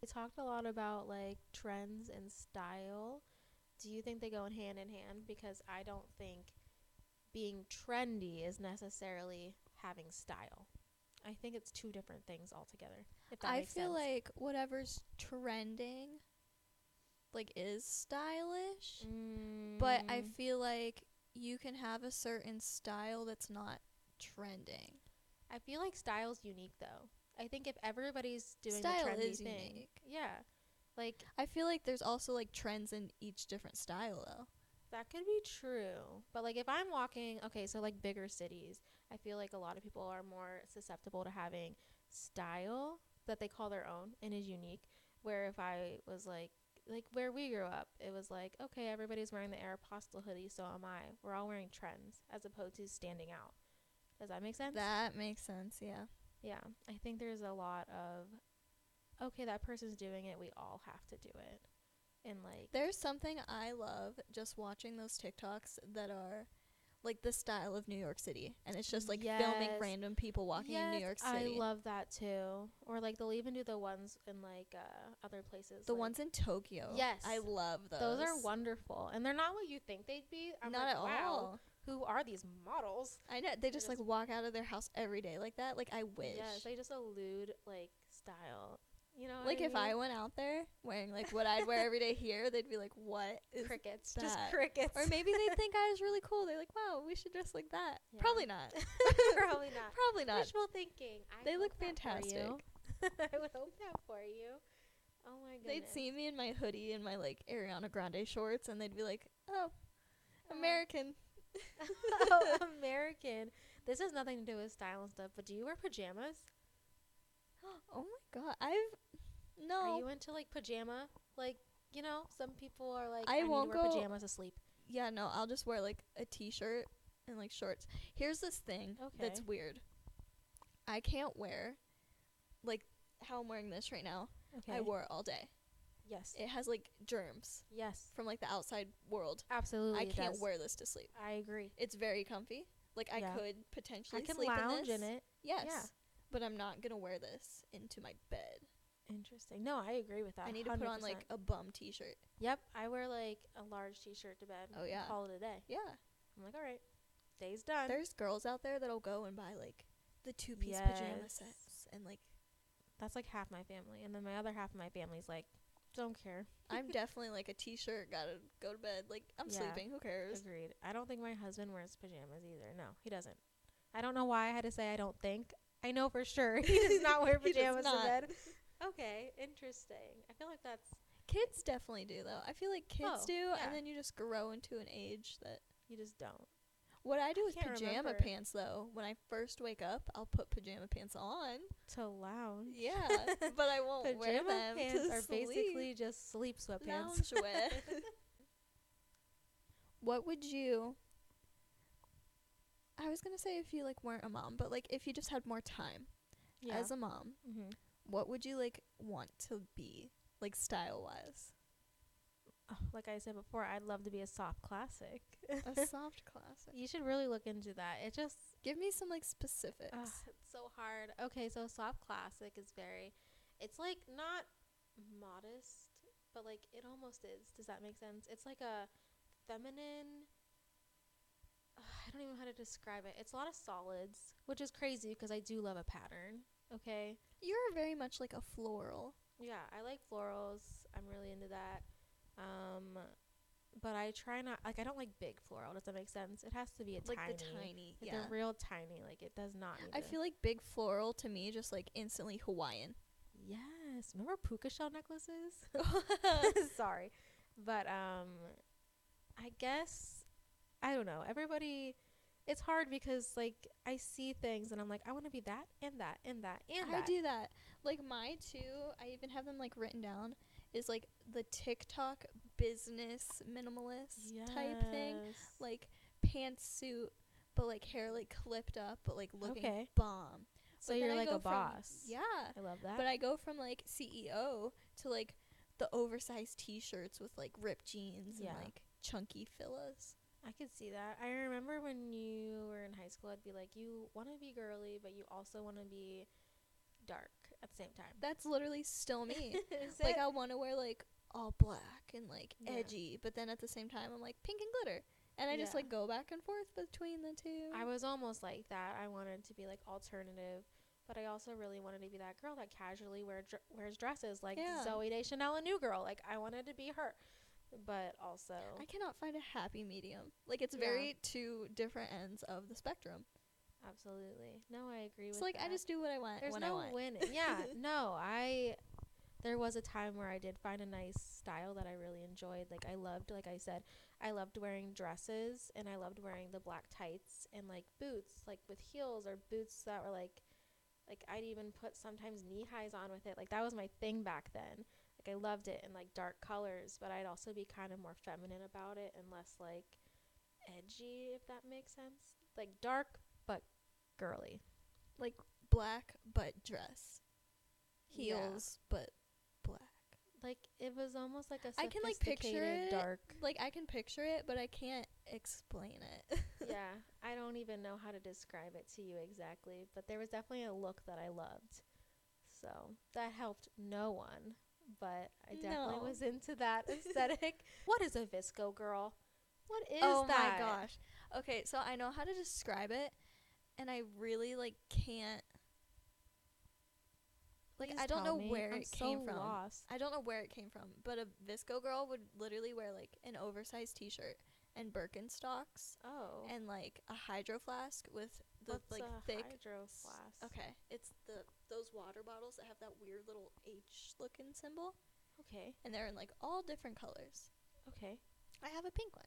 [SPEAKER 1] We talked a lot about like trends and style. Do you think they go in hand in hand? Because I don't think being trendy is necessarily having style. I think it's two different things altogether. If that
[SPEAKER 3] I
[SPEAKER 1] makes
[SPEAKER 3] feel
[SPEAKER 1] sense.
[SPEAKER 3] like whatever's trending, like is stylish, but I
[SPEAKER 1] Mm,
[SPEAKER 3] feel like you can have a certain style that's not trending.
[SPEAKER 1] I feel like style's unique though. I think if everybody's doing
[SPEAKER 3] Style
[SPEAKER 1] the trendy
[SPEAKER 3] is
[SPEAKER 1] thing,
[SPEAKER 3] unique.
[SPEAKER 1] yeah, like
[SPEAKER 3] I feel like there's also like trends in each different style though.
[SPEAKER 1] That could be true. But like if I'm walking, okay, so like bigger cities, I feel like a lot of people are more susceptible to having style that they call their own and is unique. Where if I was like like where we grew up, it was like, okay, everybody's wearing the Aeropostale hoodie, so am I. We're all wearing trends as opposed to standing out. Does that make sense?
[SPEAKER 3] That makes sense, yeah.
[SPEAKER 1] yeah. I think there's a lot of okay, that person's doing it, we all have to do it. And like
[SPEAKER 3] There's something I love just watching those TikToks that are like the style of New York City and it's just like filming
[SPEAKER 1] Yes.
[SPEAKER 3] random people walking in New York
[SPEAKER 1] I
[SPEAKER 3] City.
[SPEAKER 1] love that too. Or like they'll even do the ones in like uh, other places.
[SPEAKER 3] the
[SPEAKER 1] like-
[SPEAKER 3] ones in Tokyo.
[SPEAKER 1] Yes.
[SPEAKER 3] I love those.
[SPEAKER 1] those are wonderful, and they're not what you think they'd be. I'm
[SPEAKER 3] Not
[SPEAKER 1] like,
[SPEAKER 3] at
[SPEAKER 1] wow,
[SPEAKER 3] all.
[SPEAKER 1] who are these models?
[SPEAKER 3] I know they just like
[SPEAKER 1] just-
[SPEAKER 3] walk out of their house every day like that. Like I wish.
[SPEAKER 1] Yes, they just elude like style. You know, what
[SPEAKER 3] like if I
[SPEAKER 1] mean?
[SPEAKER 3] went out there wearing like what I'd wear every day here, they'd be like, "What is?"
[SPEAKER 1] crickets, just
[SPEAKER 3] that?
[SPEAKER 1] crickets,
[SPEAKER 3] Or maybe they'd think I was really cool. They're like, "Wow, we should dress like that."
[SPEAKER 1] Yeah.
[SPEAKER 3] Probably not.
[SPEAKER 1] probably not.
[SPEAKER 3] Probably not.
[SPEAKER 1] Visual thinking. I
[SPEAKER 3] They
[SPEAKER 1] hope that
[SPEAKER 3] look
[SPEAKER 1] for you.
[SPEAKER 3] fantastic.
[SPEAKER 1] I would hope that for you. Oh my goodness.
[SPEAKER 3] They'd see me in my hoodie and my like Ariana Grande shorts, and they'd be like, "Oh,
[SPEAKER 1] Oh.
[SPEAKER 3] American."
[SPEAKER 1] oh, American. This has nothing to do with style and stuff, but do you wear pajamas?
[SPEAKER 3] Oh my god, I've
[SPEAKER 1] Are
[SPEAKER 3] no.
[SPEAKER 1] you into like pajama? Like, you know, some people are like,
[SPEAKER 3] I
[SPEAKER 1] I,
[SPEAKER 3] won't
[SPEAKER 1] need to wear
[SPEAKER 3] go-
[SPEAKER 1] pajamas to sleep.
[SPEAKER 3] Yeah, no. I'll just wear like a t-shirt and like shorts. Here's this thing that's
[SPEAKER 1] Okay.
[SPEAKER 3] weird. I can't wear like how I'm wearing this right now.
[SPEAKER 1] Okay.
[SPEAKER 3] I wore it all day.
[SPEAKER 1] Yes.
[SPEAKER 3] It has like germs
[SPEAKER 1] yes.
[SPEAKER 3] from like the outside world.
[SPEAKER 1] Absolutely.
[SPEAKER 3] I
[SPEAKER 1] it
[SPEAKER 3] can't
[SPEAKER 1] does.
[SPEAKER 3] wear this to sleep.
[SPEAKER 1] I agree.
[SPEAKER 3] It's very comfy. Like I
[SPEAKER 1] Yeah.
[SPEAKER 3] could
[SPEAKER 1] I
[SPEAKER 3] potentially
[SPEAKER 1] can
[SPEAKER 3] sleep
[SPEAKER 1] lounge
[SPEAKER 3] in,
[SPEAKER 1] in,
[SPEAKER 3] this.
[SPEAKER 1] it.
[SPEAKER 3] Yes.
[SPEAKER 1] Yeah.
[SPEAKER 3] But I'm not gonna wear this into my bed.
[SPEAKER 1] Interesting. No, I agree with that.
[SPEAKER 3] I need to put on like
[SPEAKER 1] 100%.
[SPEAKER 3] a bum t-shirt.
[SPEAKER 1] Yep, I wear like a large t-shirt to bed.
[SPEAKER 3] Oh,
[SPEAKER 1] and
[SPEAKER 3] yeah.
[SPEAKER 1] Call it a day.
[SPEAKER 3] Yeah.
[SPEAKER 1] I'm like, all right, day's done.
[SPEAKER 3] There's girls out there that'll go and buy like the two-piece pajama
[SPEAKER 1] Yes.
[SPEAKER 3] sets and like
[SPEAKER 1] That's like half my family, and then my other half of my family's like, don't care.
[SPEAKER 3] I'm definitely like a t-shirt, gotta go to bed. Like I'm
[SPEAKER 1] Yeah.
[SPEAKER 3] sleeping. Who cares?
[SPEAKER 1] Agreed. I don't think my husband wears pajamas either. No, he doesn't. I don't know why I had to say I don't think. I know for sure he does not wear
[SPEAKER 3] He does
[SPEAKER 1] pajamas
[SPEAKER 3] not.
[SPEAKER 1] to bed. Okay, interesting. I feel like that's
[SPEAKER 3] Kids definitely do though. I feel like kids
[SPEAKER 1] Oh,
[SPEAKER 3] do,
[SPEAKER 1] yeah.
[SPEAKER 3] and then you just grow into an age that.
[SPEAKER 1] you just don't.
[SPEAKER 3] What I do is
[SPEAKER 1] can't
[SPEAKER 3] pajama
[SPEAKER 1] remember.
[SPEAKER 3] pants though. When I first wake up, I'll put pajama pants on.
[SPEAKER 1] So loud.
[SPEAKER 3] Yeah, but I won't wear
[SPEAKER 1] Pajama
[SPEAKER 3] them.
[SPEAKER 1] pants
[SPEAKER 3] to
[SPEAKER 1] are
[SPEAKER 3] sleep.
[SPEAKER 1] basically just sleep sweatpants.
[SPEAKER 3] loungewear. what would you? I was gonna say if you like weren't a mom, but like if you just had more time
[SPEAKER 1] yeah.
[SPEAKER 3] as a mom,
[SPEAKER 1] mm-hmm.
[SPEAKER 3] what would you like want to be like style wise?
[SPEAKER 1] Oh, Like I said before, I'd love to be a soft classic.
[SPEAKER 3] A soft classic.
[SPEAKER 1] you should really look into that. It just
[SPEAKER 3] Give me some like specifics.
[SPEAKER 1] Ugh, it's so hard. Okay, so soft classic is very, it's like not modest, but like it almost is. Does that make sense? It's like a feminine. Ugh, I don't even know how to describe it. It's a lot of solids, which is crazy because I do love a pattern. Okay.
[SPEAKER 3] You're very much like a floral.
[SPEAKER 1] Yeah, I like florals. I'm really into that. Um, but I try not like I don't like big floral. Does that make sense? It has to be a
[SPEAKER 3] Like
[SPEAKER 1] tiny,
[SPEAKER 3] the tiny.
[SPEAKER 1] like
[SPEAKER 3] yeah.
[SPEAKER 1] the real tiny. Like it does not. Need
[SPEAKER 3] I
[SPEAKER 1] to-
[SPEAKER 3] feel like big floral to me just like instantly Hawaiian.
[SPEAKER 1] Yes. Remember puka shell necklaces? Sorry. But um I guess I don't know. Everybody it's hard because like I see things and I'm like I want to be that and that and that and
[SPEAKER 3] I
[SPEAKER 1] that.
[SPEAKER 3] do that. Like my two, I even have them like written down is like the TikTok business minimalist type thing.
[SPEAKER 1] Yes.
[SPEAKER 3] Like pantsuit, but like hair like clipped up, but like looking
[SPEAKER 1] Okay.
[SPEAKER 3] bomb.
[SPEAKER 1] so
[SPEAKER 3] But then
[SPEAKER 1] you're
[SPEAKER 3] I
[SPEAKER 1] like
[SPEAKER 3] go
[SPEAKER 1] a
[SPEAKER 3] from-
[SPEAKER 1] boss.
[SPEAKER 3] Yeah.
[SPEAKER 1] I love that.
[SPEAKER 3] But I go from like CEO to like the oversized t-shirts with like ripped jeans
[SPEAKER 1] Yeah.
[SPEAKER 3] and like chunky fillas.
[SPEAKER 1] I could see that. I remember when you were in high school I'd be like you want to be girly but you also want to be dark at the same time.
[SPEAKER 3] That's literally still me.
[SPEAKER 1] Is
[SPEAKER 3] like
[SPEAKER 1] it?
[SPEAKER 3] I want to wear like all black and like
[SPEAKER 1] Yeah.
[SPEAKER 3] edgy, but then at the same time I'm like pink and glitter. And I just
[SPEAKER 1] Yeah.
[SPEAKER 3] like go back and forth between the two.
[SPEAKER 1] I was almost like that. I wanted to be like alternative, but I also really wanted to be that girl that casually wear dr- wears dresses like
[SPEAKER 3] Yeah.
[SPEAKER 1] Zoe Deschanel and New Girl. Like I wanted to be her, but also
[SPEAKER 3] I cannot find a happy medium. Like it's
[SPEAKER 1] Yeah.
[SPEAKER 3] very two different ends of the spectrum.
[SPEAKER 1] absolutely no. I agree
[SPEAKER 3] It's
[SPEAKER 1] with.
[SPEAKER 3] like I
[SPEAKER 1] that.
[SPEAKER 3] just do what I want
[SPEAKER 1] there's
[SPEAKER 3] when
[SPEAKER 1] no
[SPEAKER 3] I want.
[SPEAKER 1] winning. Yeah, no. I there was a time where I did find a nice style that I really enjoyed. Like I loved, like I said, I loved wearing dresses and I loved wearing the black tights and like boots, like with heels or boots that were like like I'd even put sometimes knee highs on with it. Like that was my thing back then. Like I loved it in like dark colors, but I'd also be kind of more feminine about it and less like edgy if that makes sense. Like dark but girly.
[SPEAKER 3] Black but dress.
[SPEAKER 1] Yeah.
[SPEAKER 3] Heels but black.
[SPEAKER 1] Like it was almost like a
[SPEAKER 3] I can, like, picture
[SPEAKER 1] sophisticated
[SPEAKER 3] it.
[SPEAKER 1] dark.
[SPEAKER 3] Like I can picture it, but I can't explain it.
[SPEAKER 1] yeah, I don't even know how to describe it to you exactly, but there was definitely a look that I loved. So that helped no one, but I definitely
[SPEAKER 3] No.
[SPEAKER 1] was into that aesthetic. what is a visco girl? What is
[SPEAKER 3] oh
[SPEAKER 1] that?
[SPEAKER 3] my gosh. Okay, so I know how to describe it, and I really like can't. Like
[SPEAKER 1] Please
[SPEAKER 3] I don't
[SPEAKER 1] tell
[SPEAKER 3] know
[SPEAKER 1] me.
[SPEAKER 3] where
[SPEAKER 1] I'm
[SPEAKER 3] it
[SPEAKER 1] so
[SPEAKER 3] came from.
[SPEAKER 1] Lost.
[SPEAKER 3] I don't know where it came from, but a visco girl would literally wear like an oversized T-shirt and Birkenstocks
[SPEAKER 1] Oh,
[SPEAKER 3] and like a hydro flask with the
[SPEAKER 1] what's
[SPEAKER 3] like
[SPEAKER 1] a
[SPEAKER 3] thick.
[SPEAKER 1] hydro
[SPEAKER 3] s-
[SPEAKER 1] flask?
[SPEAKER 3] Okay, it's the those water bottles that have that weird little H looking symbol,
[SPEAKER 1] Okay.
[SPEAKER 3] and they're in like all different colors.
[SPEAKER 1] Okay.
[SPEAKER 3] I have a pink one.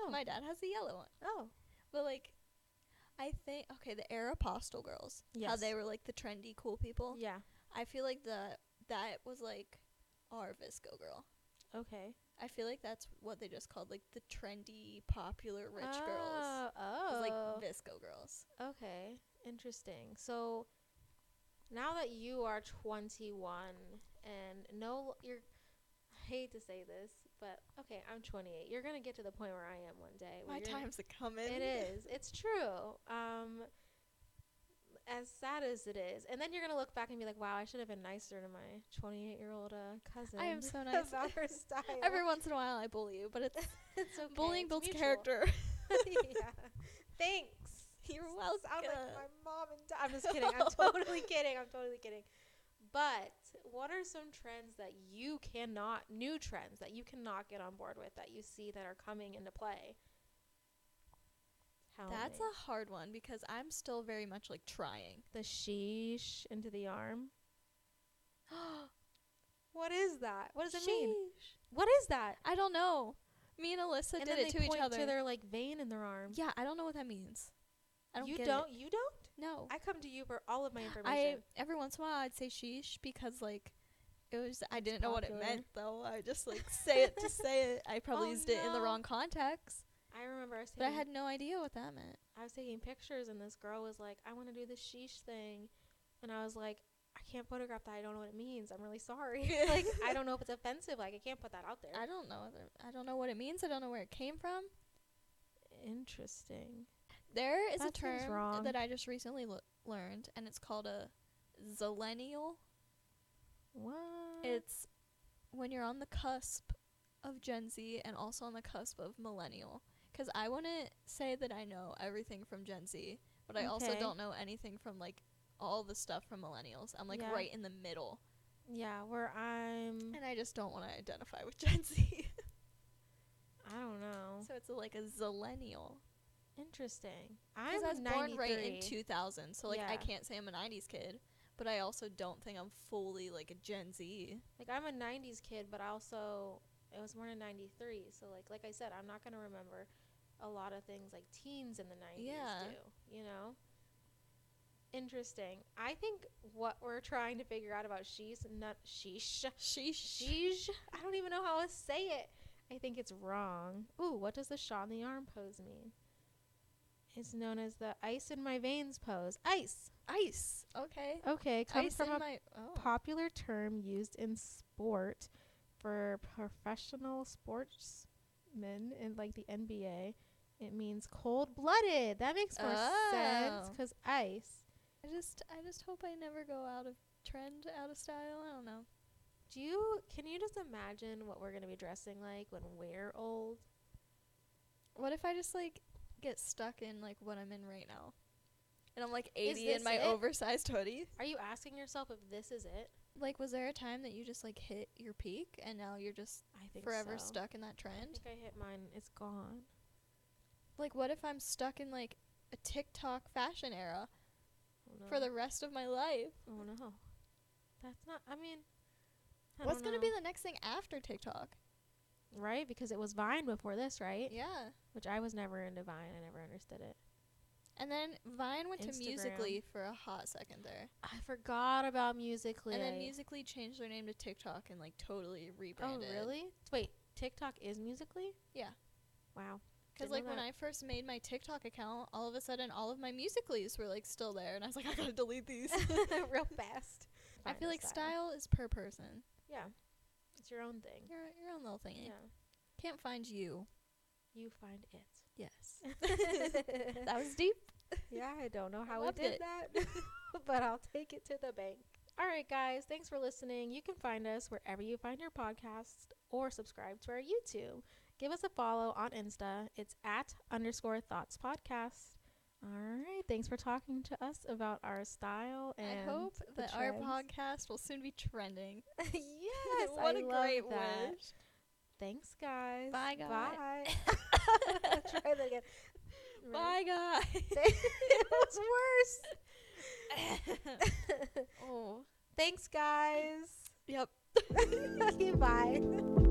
[SPEAKER 1] Oh.
[SPEAKER 3] My dad has the yellow one.
[SPEAKER 1] oh.
[SPEAKER 3] But like, I think okay, the Air Apostle girls, how
[SPEAKER 1] Yes.
[SPEAKER 3] they were like the trendy cool people.
[SPEAKER 1] Yeah.
[SPEAKER 3] I feel like the that was like our visco girl.
[SPEAKER 1] Okay.
[SPEAKER 3] I feel like that's what they just called like the trendy, popular rich girls. It was,
[SPEAKER 1] Oh.
[SPEAKER 3] like
[SPEAKER 1] oh.
[SPEAKER 3] visco girls.
[SPEAKER 1] okay. Interesting. So now that you are 21 and no, you're. I hate to say this, but okay, I'm 28. You're gonna get to the point where I am one day. where
[SPEAKER 3] My
[SPEAKER 1] you're-
[SPEAKER 3] time's a coming.
[SPEAKER 1] It is. It's true. Um, as sad as it is, and then you're gonna look back and be like, "Wow, I should have been nicer to my 28 year old uh, cousin."
[SPEAKER 3] I am so nice.
[SPEAKER 1] about her style.
[SPEAKER 3] Every once in a while, I bully you, but it's
[SPEAKER 1] it's okay.
[SPEAKER 3] bullying
[SPEAKER 1] It's
[SPEAKER 3] builds
[SPEAKER 1] mutual.
[SPEAKER 3] character.
[SPEAKER 1] yeah. Thanks.
[SPEAKER 3] You're
[SPEAKER 1] I
[SPEAKER 3] welcome.
[SPEAKER 1] sound like my mom and dad. I'm just kidding. I'm totally kidding. I'm totally kidding. But what are some trends that you cannot, new trends that you cannot get on board with that you see that are coming into play? How
[SPEAKER 3] That's
[SPEAKER 1] many?
[SPEAKER 3] a hard one because I'm still very much like trying.
[SPEAKER 1] the sheesh into the arm. What is that? Uh, What does it mean?
[SPEAKER 3] Sheesh.
[SPEAKER 1] What is that?
[SPEAKER 3] I don't know. Me and Alyssa
[SPEAKER 1] and
[SPEAKER 3] did
[SPEAKER 1] then
[SPEAKER 3] it
[SPEAKER 1] they
[SPEAKER 3] to each
[SPEAKER 1] point
[SPEAKER 3] other.
[SPEAKER 1] to their like vein in their arm.
[SPEAKER 3] yeah, I don't know what that means. I don't
[SPEAKER 1] you
[SPEAKER 3] get
[SPEAKER 1] don't.
[SPEAKER 3] It.
[SPEAKER 1] You don't.
[SPEAKER 3] No.
[SPEAKER 1] I come to you for all of my
[SPEAKER 3] I
[SPEAKER 1] information.
[SPEAKER 3] every once in a while I'd say sheesh because like it was I didn't know what
[SPEAKER 1] popular.
[SPEAKER 3] it meant though. I just like say it to say it. I probably
[SPEAKER 1] Oh,
[SPEAKER 3] used it in the
[SPEAKER 1] no.
[SPEAKER 3] wrong context,
[SPEAKER 1] I, remember I was
[SPEAKER 3] but I
[SPEAKER 1] taking
[SPEAKER 3] had no idea what that meant.
[SPEAKER 1] I was taking pictures and this girl was like, I want to do the sheesh thing. And I was like, I can't photograph that. I don't know what it means. I'm really sorry. like, I don't know if it's offensive. Like, I can't put that out there.
[SPEAKER 3] I don't know. other- I don't know what it means. I don't know where it came from.
[SPEAKER 1] Interesting.
[SPEAKER 3] There is
[SPEAKER 1] That
[SPEAKER 3] a
[SPEAKER 1] seems
[SPEAKER 3] term
[SPEAKER 1] wrong.
[SPEAKER 3] that I just recently lo- learned, and it's called a zillennial.
[SPEAKER 1] What?
[SPEAKER 3] It's when you're on the cusp of Gen Z and also on the cusp of millennial. Because I wouldn't say that I know everything from Gen Z, but I also
[SPEAKER 1] Okay.
[SPEAKER 3] don't know anything from like all the stuff from millennials. I'm like
[SPEAKER 1] Yeah. Mm.
[SPEAKER 3] right in the middle,
[SPEAKER 1] yeah, where I'm.
[SPEAKER 3] and I just don't want to identify with Gen Z.
[SPEAKER 1] I don't know.
[SPEAKER 3] so it's a, like a zillennial.
[SPEAKER 1] Interesting.
[SPEAKER 3] Because
[SPEAKER 1] I'm
[SPEAKER 3] I was born right in
[SPEAKER 1] 93.
[SPEAKER 3] 2000, so like I
[SPEAKER 1] Yeah.
[SPEAKER 3] can't say I'm a 90s kid, but I also don't think I'm fully like a Gen Z.
[SPEAKER 1] Like, I'm a 90s kid, but also I was born in 93. So, like, like I said, I'm not going to remember a lot of things like teens in the 90s
[SPEAKER 3] Yeah.
[SPEAKER 1] do, you know? Interesting. I think what we're trying to figure out about sheesh, not sheesh,
[SPEAKER 3] Sheesh.
[SPEAKER 1] sheesh, I don't even know how to say it. I think it's wrong. Ooh, what does the shot in the arm pose mean? It's known as the ice in my veins pose. Ice.
[SPEAKER 3] Ice. Okay.
[SPEAKER 1] Okay, comes
[SPEAKER 3] Ice
[SPEAKER 1] from
[SPEAKER 3] in
[SPEAKER 1] a
[SPEAKER 3] my. Oh.
[SPEAKER 1] popular term used in sport for professional sportsmen in like the NBA. It means cold blooded. That makes more sense
[SPEAKER 3] Oh.
[SPEAKER 1] because ice.
[SPEAKER 3] I just I just hope I never go out of trend, out of style. I don't know.
[SPEAKER 1] Do you can you just imagine what we're gonna be dressing like when we're old?
[SPEAKER 3] What if I just like get stuck in like what I'm in right now? And I'm like
[SPEAKER 1] Is
[SPEAKER 3] 80 in
[SPEAKER 1] this
[SPEAKER 3] my
[SPEAKER 1] it?
[SPEAKER 3] oversized hoodie.
[SPEAKER 1] Are you asking yourself if this is it?
[SPEAKER 3] Like was there a time that you just like hit your peak and now you're just
[SPEAKER 1] I think
[SPEAKER 3] forever
[SPEAKER 1] so.
[SPEAKER 3] stuck in that
[SPEAKER 1] I
[SPEAKER 3] trend?
[SPEAKER 1] think I hit mine. It's gone.
[SPEAKER 3] Like what if I'm stuck in like a TikTok fashion era
[SPEAKER 1] Oh, no.
[SPEAKER 3] for the rest of my life?
[SPEAKER 1] oh no, that's not. I mean, I
[SPEAKER 3] What's
[SPEAKER 1] don't
[SPEAKER 3] going to be
[SPEAKER 1] know.
[SPEAKER 3] the next thing after TikTok?
[SPEAKER 1] right? Because it was Vine before this, right?
[SPEAKER 3] Yeah.
[SPEAKER 1] Which I was never into Vine. I never understood it.
[SPEAKER 3] And then Vine went to
[SPEAKER 1] Instagram.
[SPEAKER 3] Musically for a hot second there.
[SPEAKER 1] I forgot about Musically.
[SPEAKER 3] And then Musically changed their name to TikTok and like totally
[SPEAKER 1] oh,
[SPEAKER 3] rebranded.
[SPEAKER 1] really? Wait, TikTok is Musically?
[SPEAKER 3] Yeah.
[SPEAKER 1] Wow.
[SPEAKER 3] Because
[SPEAKER 1] Didn't
[SPEAKER 3] like
[SPEAKER 1] know
[SPEAKER 3] when
[SPEAKER 1] that.
[SPEAKER 3] I first made my TikTok account, all of a sudden all of my Musicallys were like still there, and I was like, I gotta delete these.
[SPEAKER 1] real fast.
[SPEAKER 3] I
[SPEAKER 1] Find
[SPEAKER 3] feel
[SPEAKER 1] a
[SPEAKER 3] like style is per person.
[SPEAKER 1] Yeah, it's your own thing.
[SPEAKER 3] Your your own little thing.
[SPEAKER 1] Yeah,
[SPEAKER 3] Can't find you.
[SPEAKER 1] you find it.
[SPEAKER 3] Yes. that was deep.
[SPEAKER 1] yeah, I don't know how we
[SPEAKER 3] loved
[SPEAKER 1] did
[SPEAKER 3] it.
[SPEAKER 1] that, but I'll take it to the bank. All right, guys, thanks for listening. You can find us wherever you find your podcasts or subscribe to our YouTube. give us a follow on Insta. It's at underscore thoughts podcast. All right. Thanks for talking to us about our style. And
[SPEAKER 3] I hope
[SPEAKER 1] the
[SPEAKER 3] that our
[SPEAKER 1] trends.
[SPEAKER 3] podcast will soon be trending.
[SPEAKER 1] yes.
[SPEAKER 2] what
[SPEAKER 1] I
[SPEAKER 2] a
[SPEAKER 1] love
[SPEAKER 2] great
[SPEAKER 1] that.
[SPEAKER 2] wish.
[SPEAKER 1] Thanks, guys.
[SPEAKER 3] Bye, guys.
[SPEAKER 1] Bye. Try that again.
[SPEAKER 2] Bye, guys.
[SPEAKER 1] it was worse.
[SPEAKER 3] oh.
[SPEAKER 1] Oh. Thanks, guys.
[SPEAKER 3] Yep.
[SPEAKER 1] okay, bye.